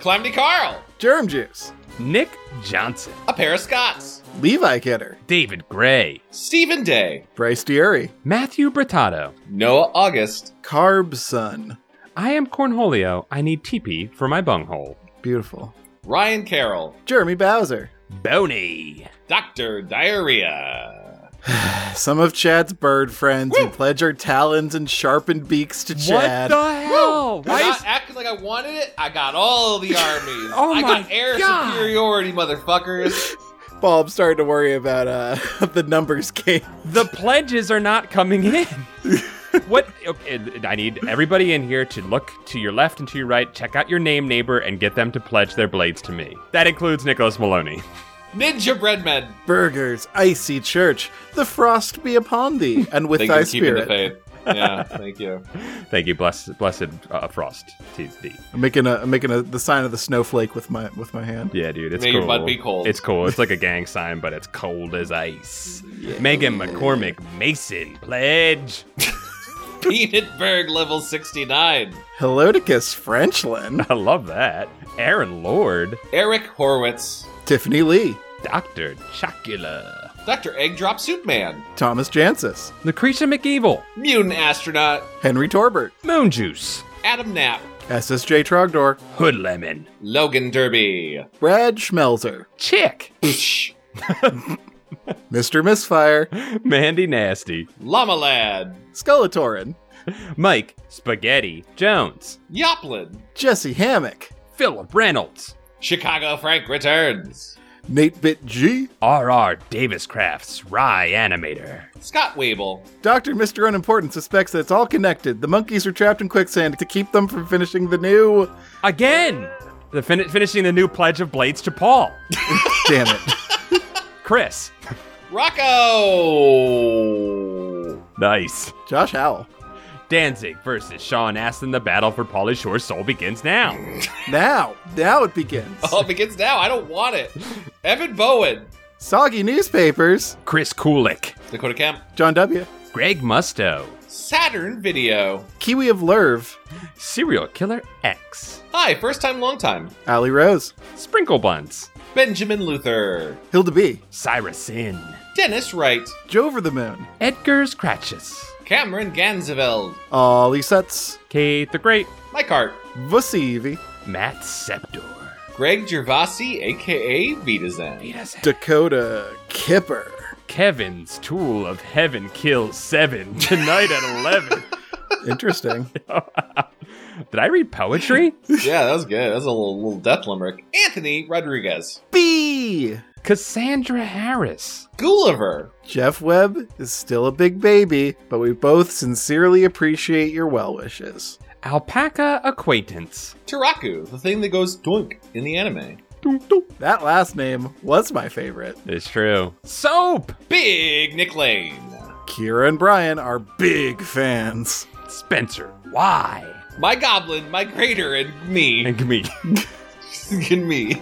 Speaker 3: Calamity Carl,
Speaker 1: Germ Juice,
Speaker 2: Nick Johnson,
Speaker 3: a pair of Scots,
Speaker 1: Levi Kidder,
Speaker 2: David Gray,
Speaker 3: Stephen Day,
Speaker 1: Bryce Deary,
Speaker 2: Matthew Brittato.
Speaker 3: Noah August,
Speaker 1: Carb Sun.
Speaker 2: I am Cornholio. I need teepee for my bunghole.
Speaker 1: Beautiful.
Speaker 3: Ryan Carroll,
Speaker 1: Jeremy Bowser.
Speaker 2: Boney,
Speaker 3: Dr. Diarrhea.
Speaker 1: Some of Chad's bird friends who pledge our talons and sharpened beaks to Chad.
Speaker 2: What the hell? Why
Speaker 3: Why not
Speaker 2: is
Speaker 3: acting like I wanted it. I got all the armies.
Speaker 1: Oh
Speaker 3: I
Speaker 1: my
Speaker 3: got air
Speaker 1: God.
Speaker 3: superiority, motherfuckers.
Speaker 1: Paul, I'm starting to worry about uh the numbers game.
Speaker 2: The pledges are not coming in. what? Okay, I need everybody in here to look to your left and to your right, check out your name neighbor, and get them to pledge their blades to me. That includes Nicholas Maloney.
Speaker 3: Ninja breadmen.
Speaker 1: Burgers, icy church, the frost be upon thee, and with
Speaker 3: Thank
Speaker 1: thy
Speaker 3: you for keeping the
Speaker 1: spirit.
Speaker 3: faith. Yeah, thank you.
Speaker 2: Thank you, blessed, blessed uh, Frost. TSD.
Speaker 1: I'm making a I'm making a the sign of the snowflake with my with my hand.
Speaker 2: Yeah, dude, it's
Speaker 3: May
Speaker 2: cool.
Speaker 3: your butt be cold.
Speaker 2: It's cool. It's like a gang sign, but it's cold as ice. Megan McCormick Mason pledge.
Speaker 3: Peanutberg level 69.
Speaker 1: Heloticus Frenchland,
Speaker 2: I love that. Aaron Lord,
Speaker 3: Eric Horwitz.
Speaker 1: Tiffany Lee,
Speaker 2: Doctor Chocula,
Speaker 3: Dr. Egg Drop Soup Man.
Speaker 1: Thomas Jancis,
Speaker 2: Lucretia McEvil,
Speaker 3: Mutant Astronaut.
Speaker 1: Henry Torbert,
Speaker 2: Moon Juice,
Speaker 3: Adam Knapp.
Speaker 1: SSJ Trogdor,
Speaker 2: Hood Lemon,
Speaker 3: Logan Derby.
Speaker 1: Brad Schmelzer,
Speaker 2: Chick,
Speaker 1: Mr. Misfire,
Speaker 2: Mandy Nasty,
Speaker 3: Llama Lad.
Speaker 1: Skeletorin,
Speaker 2: Mike Spaghetti Jones,
Speaker 3: Yoplin.
Speaker 1: Jesse Hammock,
Speaker 2: Philip Reynolds,
Speaker 3: Chicago Frank returns.
Speaker 1: Nate Bit G,
Speaker 2: R.R. Davis Crafts Rye Animator,
Speaker 3: Scott Weeble.
Speaker 1: Dr. Mr. Unimportant suspects that it's all connected. The monkeys were trapped in quicksand to keep them from finishing the new.
Speaker 2: again. The fin- finishing the new pledge of blades to Paul,
Speaker 1: Damn it.
Speaker 2: Chris.
Speaker 3: Rocco.
Speaker 2: Nice.
Speaker 1: Josh Howell.
Speaker 2: Danzig versus Sean Astin. The battle for Polly Shore's soul begins now.
Speaker 1: Now, now it begins.
Speaker 3: Oh, it begins now. I don't want it. Evan Bowen.
Speaker 1: Soggy newspapers.
Speaker 2: Chris Kulik,
Speaker 3: Dakota Kemp.
Speaker 1: John W.
Speaker 2: Greg Musto,
Speaker 3: Saturn Video.
Speaker 1: Kiwi of Lerv.
Speaker 2: Serial Killer X,
Speaker 3: Hi, first time, long time.
Speaker 1: Allie Rose.
Speaker 2: Sprinkle Buns,
Speaker 3: Benjamin Luther.
Speaker 1: Hilda B.
Speaker 2: Cyrus Sin,
Speaker 3: Dennis Wright.
Speaker 1: Jover the Moon.
Speaker 2: Edgar's Scratches,
Speaker 3: Cameron Ganzeveld.
Speaker 1: Ollie Sets.
Speaker 2: Kate the Great,
Speaker 3: Mykart.
Speaker 1: Vusivi.
Speaker 2: Matt Septor,
Speaker 3: Greg Gervasi, aka Vitazan.
Speaker 2: Vita Zep-
Speaker 1: Dakota Kipper.
Speaker 2: Kevin's Tool of Heaven Kills Seven tonight at 11.
Speaker 1: Interesting.
Speaker 2: Did I read poetry?
Speaker 3: yeah, that was good. That was a little, little death limerick. Anthony Rodriguez.
Speaker 1: B.
Speaker 2: Cassandra Harris,
Speaker 3: Gulliver.
Speaker 1: Jeff Webb is still a big baby, but we both sincerely appreciate your well wishes.
Speaker 2: Alpaca Acquaintance,
Speaker 3: Turaku, the thing that goes doink in the anime.
Speaker 1: That last name was my favorite.
Speaker 2: It's true. Soap!
Speaker 3: Big Nick Lane.
Speaker 1: Kira and Brian are big fans.
Speaker 2: Spencer. Why?
Speaker 3: My goblin, my greater, and me.
Speaker 2: And me.
Speaker 3: and me.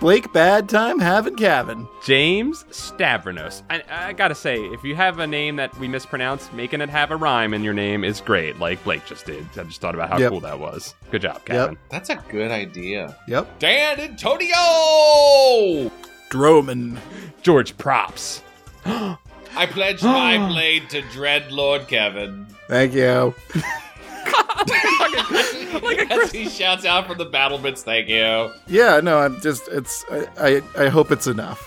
Speaker 1: Blake Bad Time Having Cabin.
Speaker 2: James Stavros. I, I gotta say, if you have a name that we mispronounce, making it have a rhyme in your name is great, like Blake just did. I just thought about how
Speaker 1: Yep.
Speaker 2: cool that was. Good job, Kevin.
Speaker 3: That's a good idea.
Speaker 1: Yep.
Speaker 3: Dan Antonio!
Speaker 1: Droman.
Speaker 2: George Props.
Speaker 3: I pledged my blade to Dread Lord Kevin.
Speaker 1: Thank you.
Speaker 3: As he shouts out from the battlements, thank you.
Speaker 1: Yeah, no, I'm just it's I I, I hope it's enough.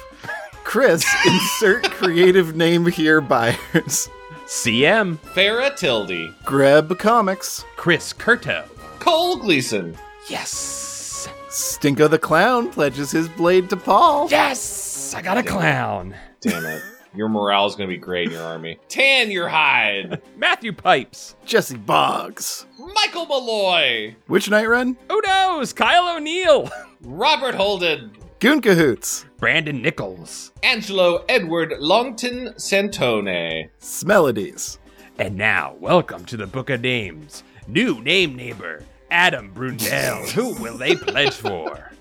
Speaker 1: Chris, insert creative name here buyers.
Speaker 2: CM.
Speaker 3: Farah Tildy.
Speaker 1: Greb Comics.
Speaker 2: Chris Curto.
Speaker 3: Cole Gleason.
Speaker 2: Yes.
Speaker 1: Stinko the Clown pledges his blade to Paul.
Speaker 2: Yes. I got a clown.
Speaker 3: Damn it. Your morale is going to be great in your army. Tan your hide.
Speaker 2: Matthew Pipes.
Speaker 1: Jesse Boggs.
Speaker 3: Michael Malloy.
Speaker 1: Witch Night Run?
Speaker 2: Who knows? Kyle O'Neill.
Speaker 3: Robert Holden.
Speaker 1: Goon Cahoots.
Speaker 2: Brandon Nichols.
Speaker 3: Angelo Edward Longton Santone.
Speaker 1: Smelodies.
Speaker 2: And now, welcome to the Book of Names. New name neighbor, Adam Brundell. Who will they pledge for?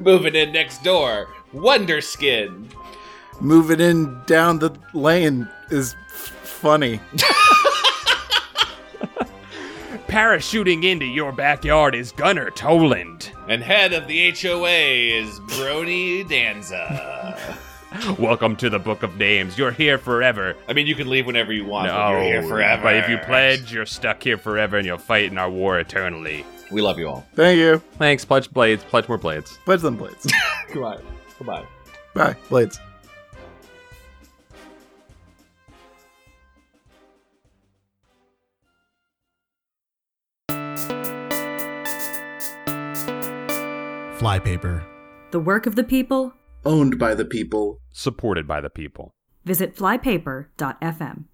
Speaker 3: Moving in next door. Wonderskin.
Speaker 1: Moving in down the lane is f- funny.
Speaker 2: Parachuting into your backyard is Gunnar Toland.
Speaker 3: And head of the HOA is Brony Danza.
Speaker 2: Welcome to the Book of Names. You're here forever.
Speaker 3: I mean, you can leave whenever you want, but you're here forever.
Speaker 2: But if you pledge, you're stuck here forever and you'll fight in our war eternally.
Speaker 3: we love you all.
Speaker 1: Thank you.
Speaker 2: Thanks, pledge blades. Pledge more blades.
Speaker 1: Pledge them blades.
Speaker 3: Goodbye. Goodbye.
Speaker 1: Bye, blades.
Speaker 4: Flypaper.
Speaker 5: The work of the people?
Speaker 1: Owned by the people.
Speaker 2: supported by the people.
Speaker 5: Visit flypaper.fm.